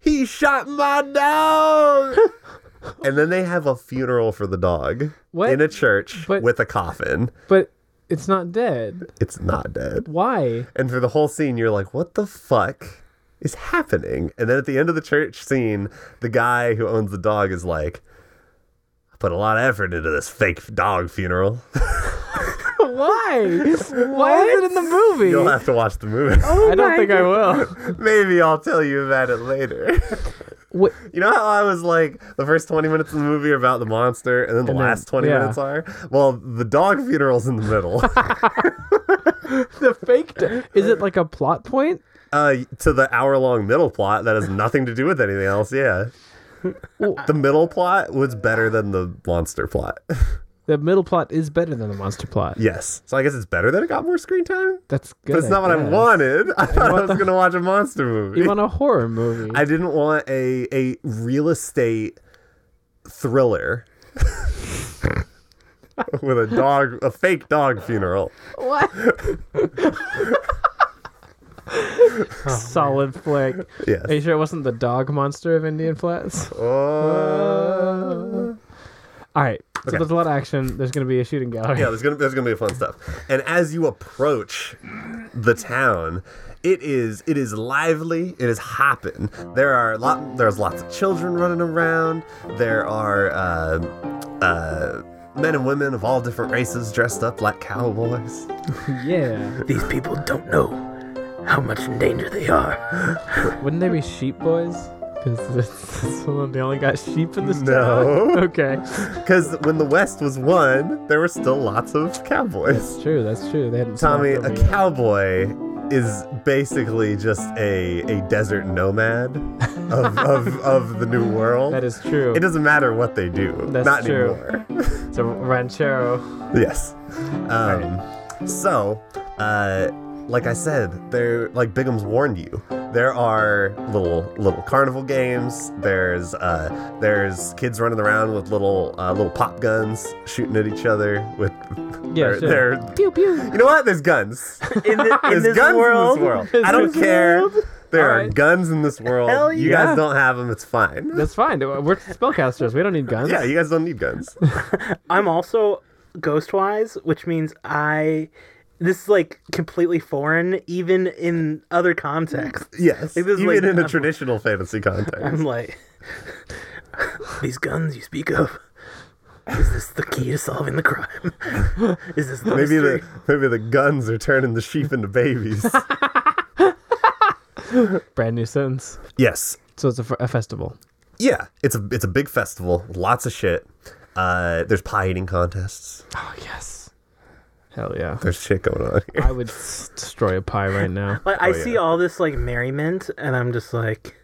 Speaker 2: he shot my dog and then they have a funeral for the dog
Speaker 3: What?
Speaker 2: in a church
Speaker 3: But-
Speaker 2: with a coffin
Speaker 3: but it's not dead.
Speaker 2: it's not dead.
Speaker 3: Why?
Speaker 2: And for the whole scene, you're like, what the fuck is happening? And then at the end of the church scene, the guy who owns the dog is like, I put a lot of effort into this fake dog funeral.
Speaker 3: Why? Why is it in the movie?
Speaker 2: You'll have Oh to watch the movie.
Speaker 3: I don't think I will.
Speaker 2: Maybe I'll tell you about it later.
Speaker 3: What?
Speaker 2: you know how I was like, the first 20 minutes of the movie are about the monster, and then the
Speaker 3: And then-
Speaker 2: last 20
Speaker 3: yeah.
Speaker 2: minutes are? Well, the dog funeral's in the middle.
Speaker 3: the fake d- is it like a plot point
Speaker 2: uh, to the hour long middle plot that has nothing to do with anything else. Yeah. the middle plot was better than the monster plot.
Speaker 3: the middle plot is better than the monster plot
Speaker 2: yes. So I guess it's better that it got more screen time.
Speaker 3: that's good
Speaker 2: But it's not what I
Speaker 3: guess.
Speaker 2: wanted. I thought I was going to watch a monster movie.
Speaker 3: you want a horror movie
Speaker 2: I didn't want a, a real estate thriller with a dog, a fake dog funeral.
Speaker 5: What?
Speaker 3: Solid flick. Are you
Speaker 2: Yes.
Speaker 3: sure it wasn't the dog monster of Indian Flats?
Speaker 2: Oh.
Speaker 3: All right. So
Speaker 2: Okay.
Speaker 3: there's a lot of action. There's going to be a shooting gallery.
Speaker 2: Yeah, there's gonna there's gonna be fun stuff. And as you approach the town, it is it is lively. It is hopping. There are lot there's lots of children running around. There are uh, uh, men and women of all different races dressed up like cowboys.
Speaker 3: yeah.
Speaker 4: These people don't know how much in danger they are.
Speaker 3: Wouldn't they be sheep boys? Because this, this one, they only got sheep in this
Speaker 2: No.
Speaker 3: town. Okay.
Speaker 2: Because when the West was won, there were still lots of cowboys.
Speaker 3: That's true. That's true. They hadn't.
Speaker 2: Tommy,
Speaker 3: stopped
Speaker 2: a
Speaker 3: them yet.
Speaker 2: cowboy is basically just a a desert nomad of, of, of the new world.
Speaker 3: That is true.
Speaker 2: It doesn't matter what they do.
Speaker 3: That's
Speaker 2: Not
Speaker 3: true.
Speaker 2: anymore.
Speaker 3: It's a ranchero.
Speaker 2: Yes. Um, So, uh, like I said, there like Bigum's warned you. There are little little carnival games. There's uh, there's kids running around with little uh, little pop guns shooting at each other with
Speaker 3: Yeah,
Speaker 2: their,
Speaker 3: sure.
Speaker 2: their-
Speaker 5: Pew pew.
Speaker 2: you know what? There's guns.
Speaker 4: In, the, in
Speaker 2: There's
Speaker 4: this
Speaker 2: guns
Speaker 4: world,
Speaker 2: in this world.
Speaker 3: In
Speaker 2: I don't
Speaker 3: this
Speaker 2: care.
Speaker 3: world.
Speaker 2: There
Speaker 3: All
Speaker 2: are
Speaker 3: right.
Speaker 2: guns in this world.
Speaker 4: Hell
Speaker 2: You
Speaker 3: yeah.
Speaker 2: guys don't have them. It's fine.
Speaker 3: That's fine. We're spellcasters. We don't need guns.
Speaker 2: Yeah, you guys don't need guns.
Speaker 4: I'm also ghost-wise, which means I. This is like completely foreign, even in other contexts.
Speaker 2: Yes.
Speaker 4: It was
Speaker 2: Even
Speaker 4: like-
Speaker 2: in a traditional fantasy context.
Speaker 4: I'm like, these guns you speak of. Is this the key to solving the crime? Is this the
Speaker 2: Maybe
Speaker 4: mystery?
Speaker 2: the maybe the guns are turning the sheep into babies.
Speaker 3: Brand new sentence.
Speaker 2: yes.
Speaker 3: So it's a, f- a festival.
Speaker 2: Yeah. It's a it's a big festival. Lots of shit. Uh, there's pie eating contests.
Speaker 3: Oh yes. Hell yeah.
Speaker 2: There's shit going on here.
Speaker 3: I would s- destroy a pie right now.
Speaker 4: Like, I
Speaker 2: Oh,
Speaker 4: see
Speaker 2: yeah.
Speaker 4: all this like merriment, and I'm just like,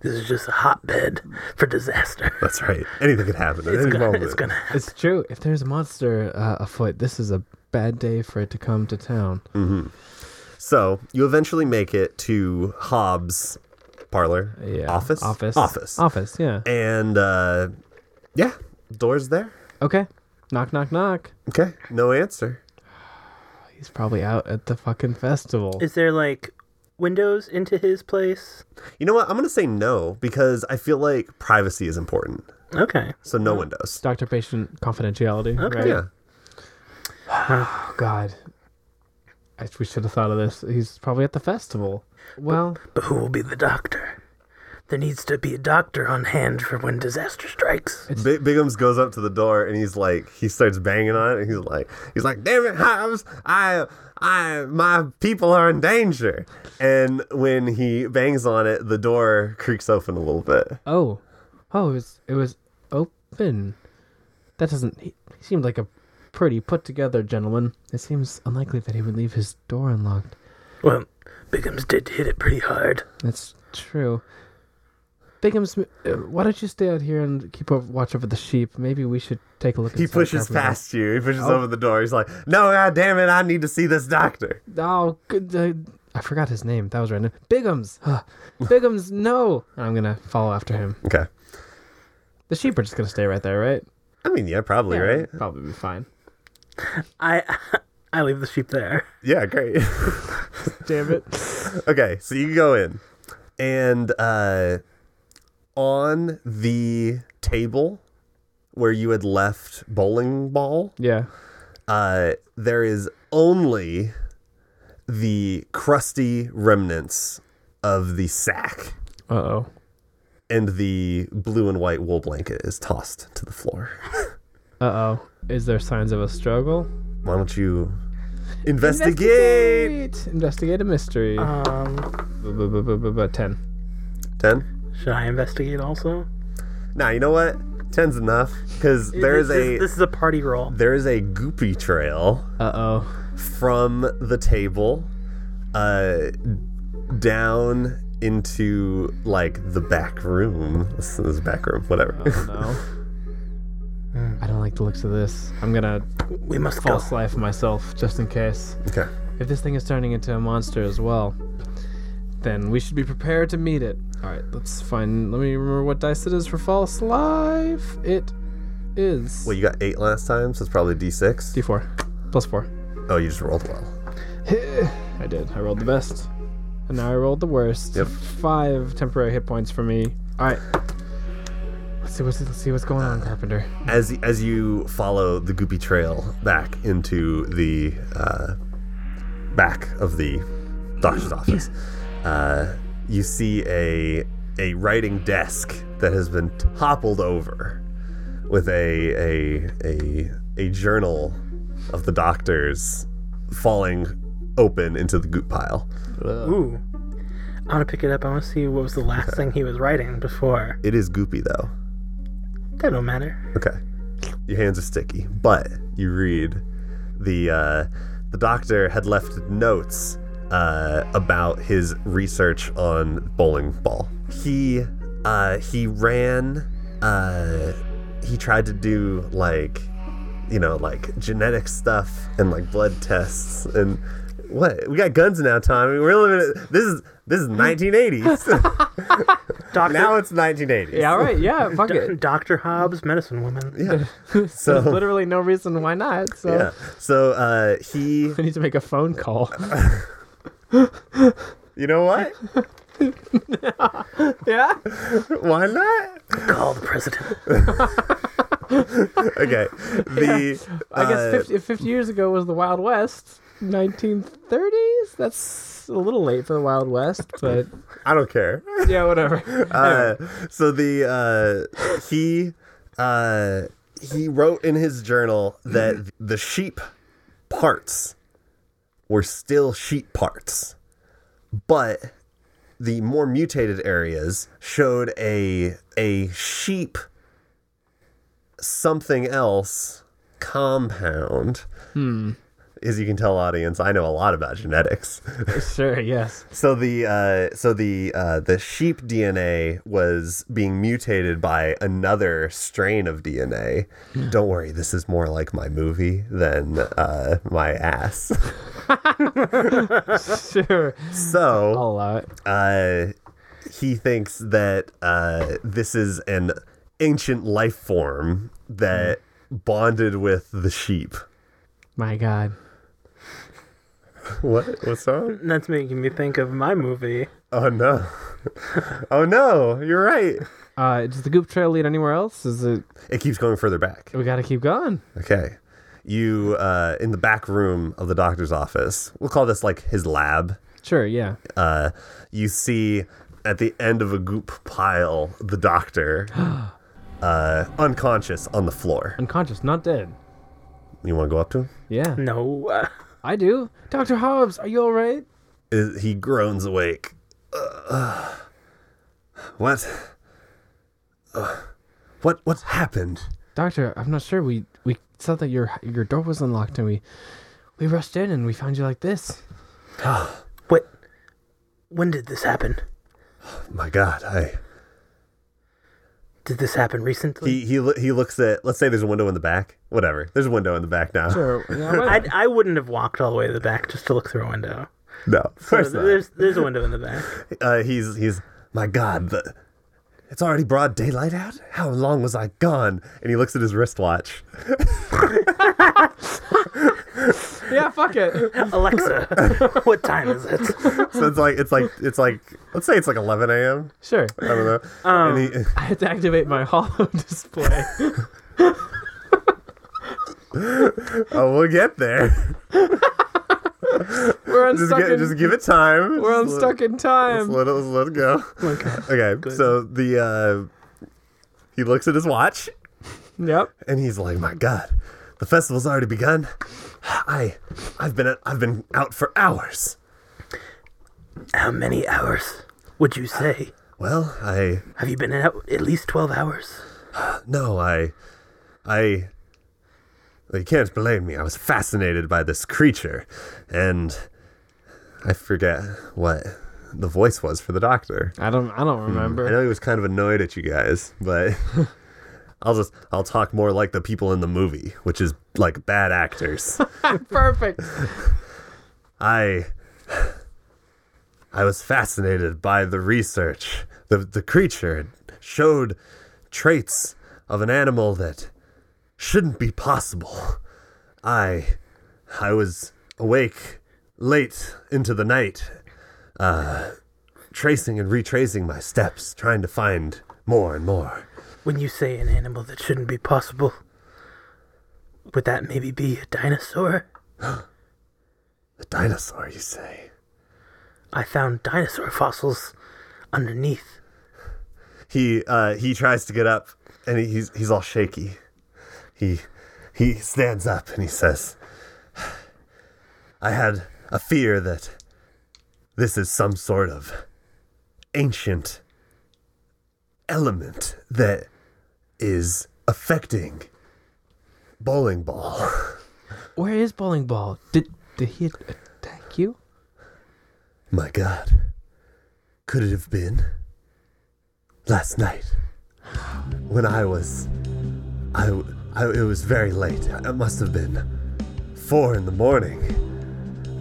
Speaker 4: this is just a hotbed for disaster.
Speaker 2: That's right. Anything could happen at
Speaker 4: It's
Speaker 2: any
Speaker 4: gonna,
Speaker 2: moment.
Speaker 4: it's gonna happen.
Speaker 3: It's true. If there's a monster uh, afoot, this is a bad day for it to come to town.
Speaker 2: So you eventually make it to Hobbs' parlor.
Speaker 3: Yeah.
Speaker 2: Office.
Speaker 3: Office.
Speaker 2: Office.
Speaker 3: Office. Yeah.
Speaker 2: And uh, yeah, doors there.
Speaker 3: Okay. Knock knock knock.
Speaker 2: Okay. No answer.
Speaker 3: He's probably out at the fucking festival.
Speaker 4: Is there like windows into his place?
Speaker 2: You know what? I'm gonna say no because I feel like privacy is important.
Speaker 4: Okay.
Speaker 2: So no windows.
Speaker 3: Doctor patient confidentiality.
Speaker 4: Okay.
Speaker 3: Right?
Speaker 2: Yeah.
Speaker 3: Oh God. I, we should have thought of this. He's probably at the festival. Well,
Speaker 4: But who will be the doctor? There needs to be a doctor on hand for when disaster strikes.
Speaker 2: Big, Bigums goes up to the door and he's like, he starts banging on it. And he's like, he's like, damn it, Hobbs, I, I, my people are in danger. And when he bangs on it, the door creaks open a little bit.
Speaker 3: Oh, oh, it was it was open. That doesn't. He, he seemed like a pretty put together gentleman. It seems unlikely that he would leave his door unlocked.
Speaker 4: Well, Bigums did hit it pretty hard.
Speaker 3: That's true. Bigham's, uh, why don't you stay out here and keep over, watch over the sheep? Maybe we should take a look.
Speaker 2: He
Speaker 3: inside
Speaker 2: pushes
Speaker 3: Carpenter's
Speaker 2: past you. He pushes open the door. He's like, no, god damn it, I need to see this doctor.
Speaker 3: house. Oh, good. Uh, I forgot his name. That was random. Bigham's. Huh. Bigham's. No. I'm gonna follow after him.
Speaker 2: Okay.
Speaker 3: The sheep are just gonna stay right there, right?
Speaker 2: I mean, yeah, probably, right?
Speaker 3: Probably be fine.
Speaker 4: I I leave the sheep there.
Speaker 2: Yeah, great.
Speaker 3: Damn it.
Speaker 2: okay, so you go in, and uh, on the table where you had left bowling ball,
Speaker 3: yeah.
Speaker 2: uh, there is only the crusty remnants of the sack,
Speaker 3: Uh oh.
Speaker 2: and the blue and white wool blanket is tossed to the floor.
Speaker 3: Uh oh. Is there signs of a struggle?
Speaker 2: Why don't you investigate?
Speaker 3: Investigate a mystery.
Speaker 4: Um,
Speaker 3: Bu- bu- bu- bu- bu- bu- Ten.
Speaker 2: Ten.
Speaker 4: should I investigate also?
Speaker 2: Nah, you know what? Ten's enough because there is
Speaker 4: this,
Speaker 2: a
Speaker 4: Is, this is a party roll.
Speaker 2: there is a goopy trail
Speaker 3: Uh oh.
Speaker 2: from the table uh down into like the back room this is back room whatever
Speaker 3: No. I don't like the looks of this. I'm gonna
Speaker 4: We must go.
Speaker 3: false life myself just in case.
Speaker 2: okay
Speaker 3: If this thing is turning into a monster as well, then we should be prepared to meet it. All right, let's find. Let me remember what dice it is for false life. It is
Speaker 2: Well, you got eight last time, so it's probably d6.
Speaker 3: d4 plus four.
Speaker 2: oh, you just rolled well.
Speaker 3: I did. I rolled the best, and now I rolled the worst.
Speaker 2: Yep.
Speaker 3: Five temporary hit points for me. All right. Let's see what's let's see what's going on, Carpenter.
Speaker 2: As as you follow the goopy trail back into the uh, back of the doctor's office, uh, you see a a writing desk that has been toppled over with a a a a journal of the doctor's falling open into the goop pile.
Speaker 4: Ooh. I'm gonna pick it up. I wanna see what was the last thing he was writing before.
Speaker 2: It is goopy though.
Speaker 4: That don't matter.
Speaker 2: Okay. Your hands are sticky, but you read the uh, the doctor had left notes uh, about his research on bowling ball. He uh, he ran. Uh, he tried to do like you know like genetic stuff and like blood tests and what we got guns now, Tommy. We're living. This is this is 1980s.
Speaker 4: Doctor
Speaker 2: now it's 1980s.
Speaker 3: Yeah. All right. Yeah. Fuck
Speaker 4: Do-
Speaker 3: it.
Speaker 4: Dr. Hobbs, medicine woman.
Speaker 3: There's
Speaker 2: So
Speaker 3: literally no reason why not. So
Speaker 2: yeah. So uh, he
Speaker 3: I need to make a phone call.
Speaker 2: You know what?
Speaker 3: yeah.
Speaker 2: Why not?
Speaker 4: Call the president.
Speaker 2: Okay. The
Speaker 3: I
Speaker 2: uh,
Speaker 3: guess 50, if 50 years ago was the Wild West. 1930s. That's a little late for the Wild West, but
Speaker 2: I don't care.
Speaker 3: yeah, whatever.
Speaker 2: Uh, so the uh, he uh, he wrote in his journal that the sheep parts were still sheep parts, but the more mutated areas showed a a sheep something else compound. As you can tell, audience, I know a lot about genetics.
Speaker 3: Sure. Yes.
Speaker 2: So the uh, so the uh, the sheep DNA was being mutated by another strain of DNA. Don't worry, this is more like my movie than uh, my ass.
Speaker 3: Sure.
Speaker 2: so
Speaker 3: I'll allow it.
Speaker 2: uh, he thinks that uh, this is an ancient life form that bonded with the sheep.
Speaker 3: My God.
Speaker 2: What? What's wrong?
Speaker 4: That's making me think of my movie.
Speaker 2: Oh no! oh no! You're right.
Speaker 3: Uh, does the Goop Trail lead anywhere else? Is it?
Speaker 2: It keeps going further back.
Speaker 3: We gotta keep going.
Speaker 2: Okay. You, uh, in the back room of the doctor's office, we'll call this like his lab,
Speaker 3: Sure. Yeah.
Speaker 2: uh, you see at the end of a goop pile the doctor uh, unconscious on the floor.
Speaker 3: Unconscious, not dead.
Speaker 2: You want to go up to him?
Speaker 3: Yeah.
Speaker 4: No. Uh,
Speaker 3: I do. Doctor Hobbs, are you all right?
Speaker 2: Is- Uh, He groans awake. Ugh. what? Ugh. what? What happened?
Speaker 3: Doctor, I'm not sure. We we saw that your your door was unlocked, and we we rushed in and we found you like this.
Speaker 4: what? When did this happen?
Speaker 2: My God! I
Speaker 4: Did this happen recently?
Speaker 2: he he lo- he looks at. Let's say there's a window in the back. Whatever. There's a window in the back now.
Speaker 3: Sure. Yeah,
Speaker 4: I, I wouldn't have walked all the way to the back just to look through a window.
Speaker 2: No, of
Speaker 4: So
Speaker 2: course not.
Speaker 4: there's there's a window in the back.
Speaker 2: uh, he's he's my god the it's already broad daylight out how long was i gone and he looks at his wristwatch
Speaker 3: yeah fuck it.
Speaker 4: Alexa, what time is it?
Speaker 2: so it's like it's like it's like let's say it's like 11 a.m
Speaker 3: Sure.
Speaker 2: i don't know and he,
Speaker 3: I had to activate my hollow display.
Speaker 2: oh we'll get there
Speaker 3: We're
Speaker 2: just,
Speaker 3: unstuck.
Speaker 2: get,
Speaker 3: in,
Speaker 2: just give it time
Speaker 3: we're
Speaker 2: Just
Speaker 3: unstuck in Oh
Speaker 2: let,
Speaker 3: time.
Speaker 2: just let it, just let it go
Speaker 4: Okay.
Speaker 2: okay so the uh he looks at his watch
Speaker 3: Yep.
Speaker 2: and he's like, "My God, the festival's already begun. I, I've been I've been out for hours.
Speaker 4: How many hours would you say?
Speaker 2: Well, I
Speaker 4: Have you been out at least 12 hours?
Speaker 2: No, I, I. You can't blame me. I was fascinated by this creature, and I forget what the voice was for the doctor.
Speaker 3: I don't I
Speaker 2: Hmm.
Speaker 3: don't remember.
Speaker 2: I know he was kind of annoyed at you guys, but I'll just I'll talk more like the people in the movie, which is like bad actors.
Speaker 3: Perfect.
Speaker 2: I I was fascinated by the research, the the creature showed traits of an animal that shouldn't be possible. I I was awake late into the night, uh, tracing and retracing my steps, trying to find more and more.
Speaker 4: When you say an animal that shouldn't be possible, would that maybe be a dinosaur?
Speaker 2: A dinosaur, you say?
Speaker 4: I found dinosaur fossils underneath.
Speaker 2: he uh, he tries to get up and he's he's all shaky. He he stands up and he says, "I had a fear that this is some sort of ancient element that is affecting bowling ball."
Speaker 3: Where is Bowling Ball? Did did he attack you?
Speaker 2: My God, could it have been last night when I was? I, w- I- it was very late. It must have been four in the morning.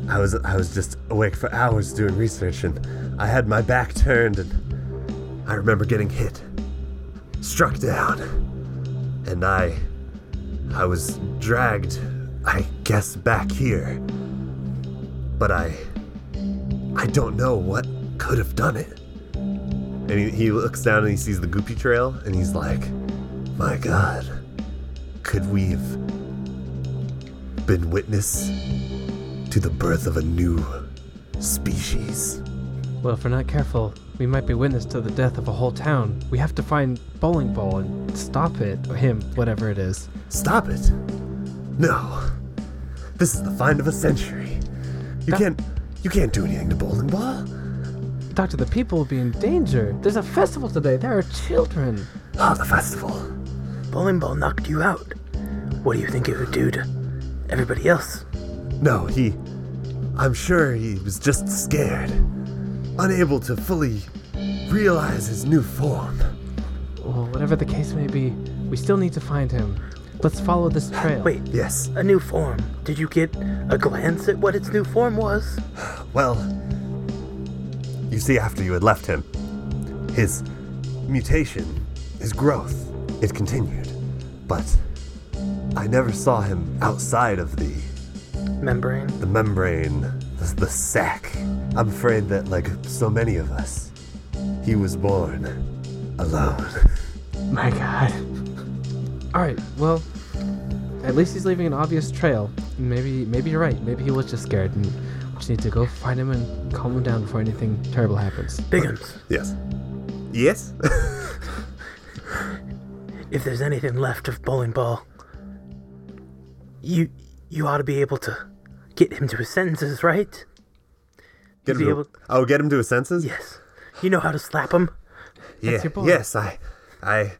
Speaker 2: I was I was just awake for hours doing research, and I had my back turned, and I remember getting hit, struck down, and I I was dragged, I guess, back here. But I I don't know what could have done it. And he, he looks down and he sees the goopy trail and he's like, My god, could we have been witness to the birth of a new species?
Speaker 3: Well, if we're not careful, we might be witness to the death of a whole town. We have to find Bowling Ball and stop it, or him, whatever it is.
Speaker 2: Stop it! No. This is the find of a century. You can't you can't do anything to Bowling Ball.
Speaker 3: Doctor, the people will be in danger. There's a festival today. There are children.
Speaker 2: Ah, the festival.
Speaker 4: Bowling ball knocked you out. What do you think it would do to everybody else?
Speaker 2: No, he. I'm sure he was just scared, unable to fully realize his new form.
Speaker 3: Well, whatever the case may be, we still need to find him. Let's follow this trail.
Speaker 4: Wait,
Speaker 2: Yes,
Speaker 4: a new form. Did you get a glance at what its new form was?
Speaker 2: well. You see, after you had left him, his mutation, his growth, it continued. But I never saw him outside of the
Speaker 4: Membrane.
Speaker 2: the membrane, the, the sac. I'm afraid that, like so many of us, he was born alone.
Speaker 3: My God. All right. Well, at least he's leaving an obvious trail. Maybe, maybe you're right. Maybe he was just scared, and we just need to go find him and calm him down before anything terrible happens.
Speaker 4: Biggums,
Speaker 2: Yes. Yes?
Speaker 4: if there's anything left of bowling ball, you you ought to be able to get him to his sentences, right?
Speaker 2: Get him
Speaker 4: Be
Speaker 2: to,
Speaker 4: able-
Speaker 2: oh, get him to his senses?
Speaker 4: Yes. You know how to slap him.
Speaker 2: Yeah,
Speaker 3: your boy.
Speaker 2: Yes, I, I,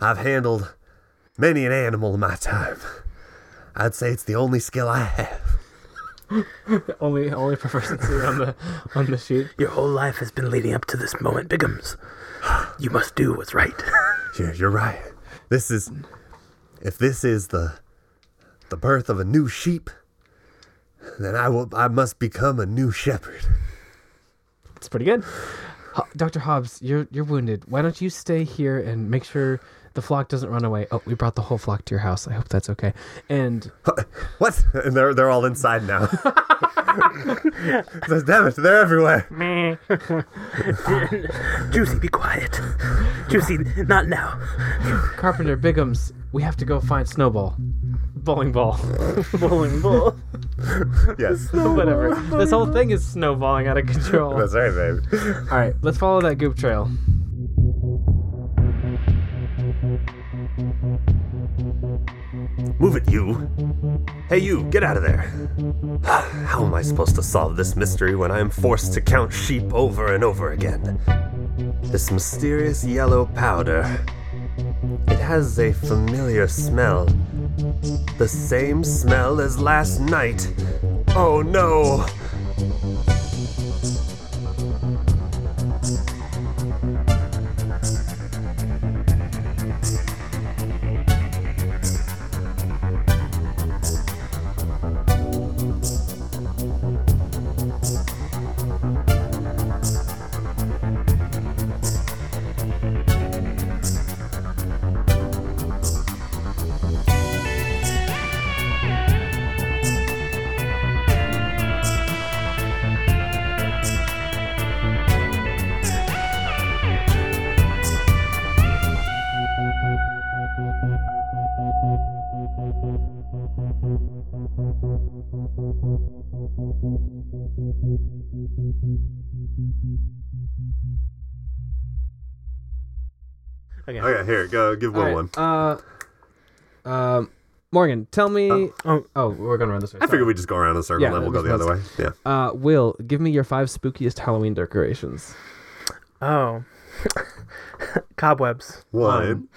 Speaker 2: I've handled many an animal in my time. I'd say it's the only skill I have.
Speaker 3: Only, only proficiency on the on the sheet.
Speaker 4: Your whole life has been leading up to this moment, Biggums. You must do what's right.
Speaker 2: You're, you're right. This is, if this is the, the birth of a new sheep, then I will. I must become a new shepherd.
Speaker 3: It's pretty good. Ho- Dr. Hobbs, you're you're wounded. Why don't you stay here and make sure the flock doesn't run away? Oh, we brought the whole flock to your house. I hope that's okay. And
Speaker 2: What? And they're they're all inside now. Says, Damn it! They're everywhere.
Speaker 4: Juicy, be quiet. Juicy, not now.
Speaker 3: Carpenter Biggums, we have to go find Snowball. Bowling ball.
Speaker 4: Bowling ball.
Speaker 2: Yes.
Speaker 3: Whatever. This whole thing is snowballing out of control.
Speaker 2: That's right, baby.
Speaker 3: All right, let's follow that goop trail.
Speaker 2: Move it, you. Hey, you, get out of there. How am I supposed to solve this mystery when I am forced to count sheep over and over again? This mysterious yellow powder. It has a familiar smell. The same smell as last night. Oh no!
Speaker 4: Okay.
Speaker 2: Okay, Oh, here, go give Will
Speaker 3: All
Speaker 2: one.
Speaker 3: right, Uh, um, Morgan, tell me.
Speaker 4: Oh.
Speaker 3: oh, we're gonna run this way.
Speaker 2: I figured
Speaker 3: sorry.
Speaker 2: we'd just go around in a circle
Speaker 3: Yeah,
Speaker 2: and then we'll go
Speaker 3: that's-
Speaker 2: the other way. Yeah.
Speaker 3: Uh, Will, give me your five spookiest Halloween decorations.
Speaker 4: Oh. Cobwebs.
Speaker 2: One,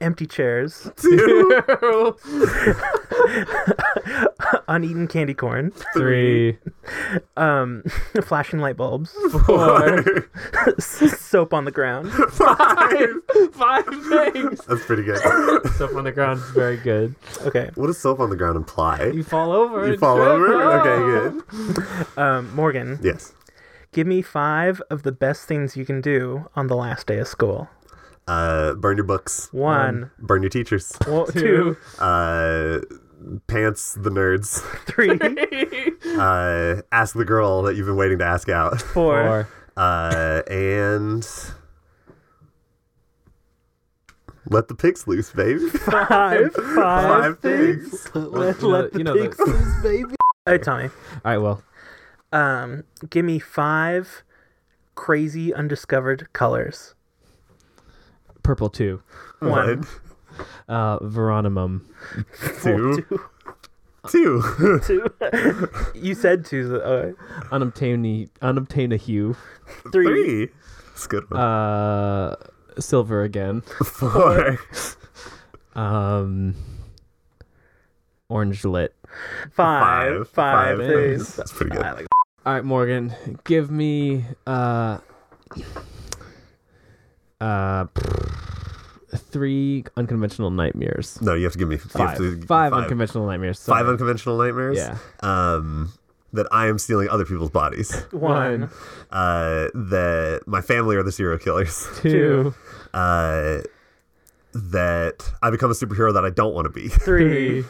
Speaker 4: Empty chairs.
Speaker 2: two,
Speaker 4: Uneaten candy corn.
Speaker 3: Three,
Speaker 4: Um, flashing light bulbs.
Speaker 3: four,
Speaker 4: soap on the ground.
Speaker 2: five.
Speaker 3: five things.
Speaker 2: That's pretty good.
Speaker 3: Stuff on the ground, very good.
Speaker 4: Okay.
Speaker 2: What does soap on the ground imply?
Speaker 3: You fall over.
Speaker 2: You
Speaker 3: and
Speaker 2: fall
Speaker 3: trip.
Speaker 2: over?
Speaker 3: Oh.
Speaker 2: Okay, good.
Speaker 4: Um, Morgan,
Speaker 2: Yes.
Speaker 4: give me five of the best things you can do on the last day of school.
Speaker 2: Uh, burn your books.
Speaker 4: One,
Speaker 2: Burn your teachers.
Speaker 4: wo- two,
Speaker 3: Two.
Speaker 2: Uh, pants the nerds.
Speaker 4: three,
Speaker 2: Uh, ask the girl that you've been waiting to ask out.
Speaker 4: four.
Speaker 3: Four.
Speaker 2: Uh, and let the pigs loose, baby.
Speaker 4: Five, five.
Speaker 2: Five things.
Speaker 3: You know- you know the-
Speaker 4: baby. Hey, Tommy.
Speaker 3: All right, Will.
Speaker 4: Um, give me five crazy undiscovered colors.
Speaker 3: Purple two.
Speaker 2: One,
Speaker 3: Uh, Veronimum.
Speaker 2: two, two,
Speaker 4: Two. you said two. Uh,
Speaker 3: Unobtainy, unobtain a hue.
Speaker 4: three.
Speaker 2: three. That's a good one.
Speaker 3: Uh, silver again.
Speaker 2: Four.
Speaker 3: Um, orange lit.
Speaker 4: Five,
Speaker 2: Five
Speaker 4: five things.
Speaker 2: That's pretty good.
Speaker 4: I like-
Speaker 3: All right, Morgan, give me uh, uh, three unconventional nightmares.
Speaker 2: No, you have to give me you have
Speaker 3: Five,
Speaker 2: to-
Speaker 3: five, unconventional nightmares.
Speaker 2: five
Speaker 3: sorry.
Speaker 2: unconventional nightmares.
Speaker 3: Yeah.
Speaker 2: Um, that I am stealing other people's bodies.
Speaker 4: One,
Speaker 2: Uh, that my family are the serial killers.
Speaker 3: two,
Speaker 2: Uh, that I become a superhero that I don't want to be.
Speaker 4: three,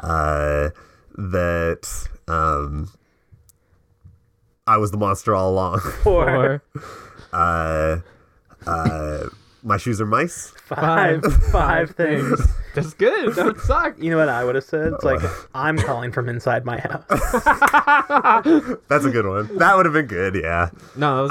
Speaker 2: Uh, that um, I was the monster all along.
Speaker 4: four,
Speaker 3: four,
Speaker 2: Uh, uh, my shoes are mice.
Speaker 4: five, five things.
Speaker 3: That's good. That would suck.
Speaker 4: You know what I would have said? It's like I'm calling from inside my house.
Speaker 2: That's a good one. That would have been good. Yeah.
Speaker 3: No, that was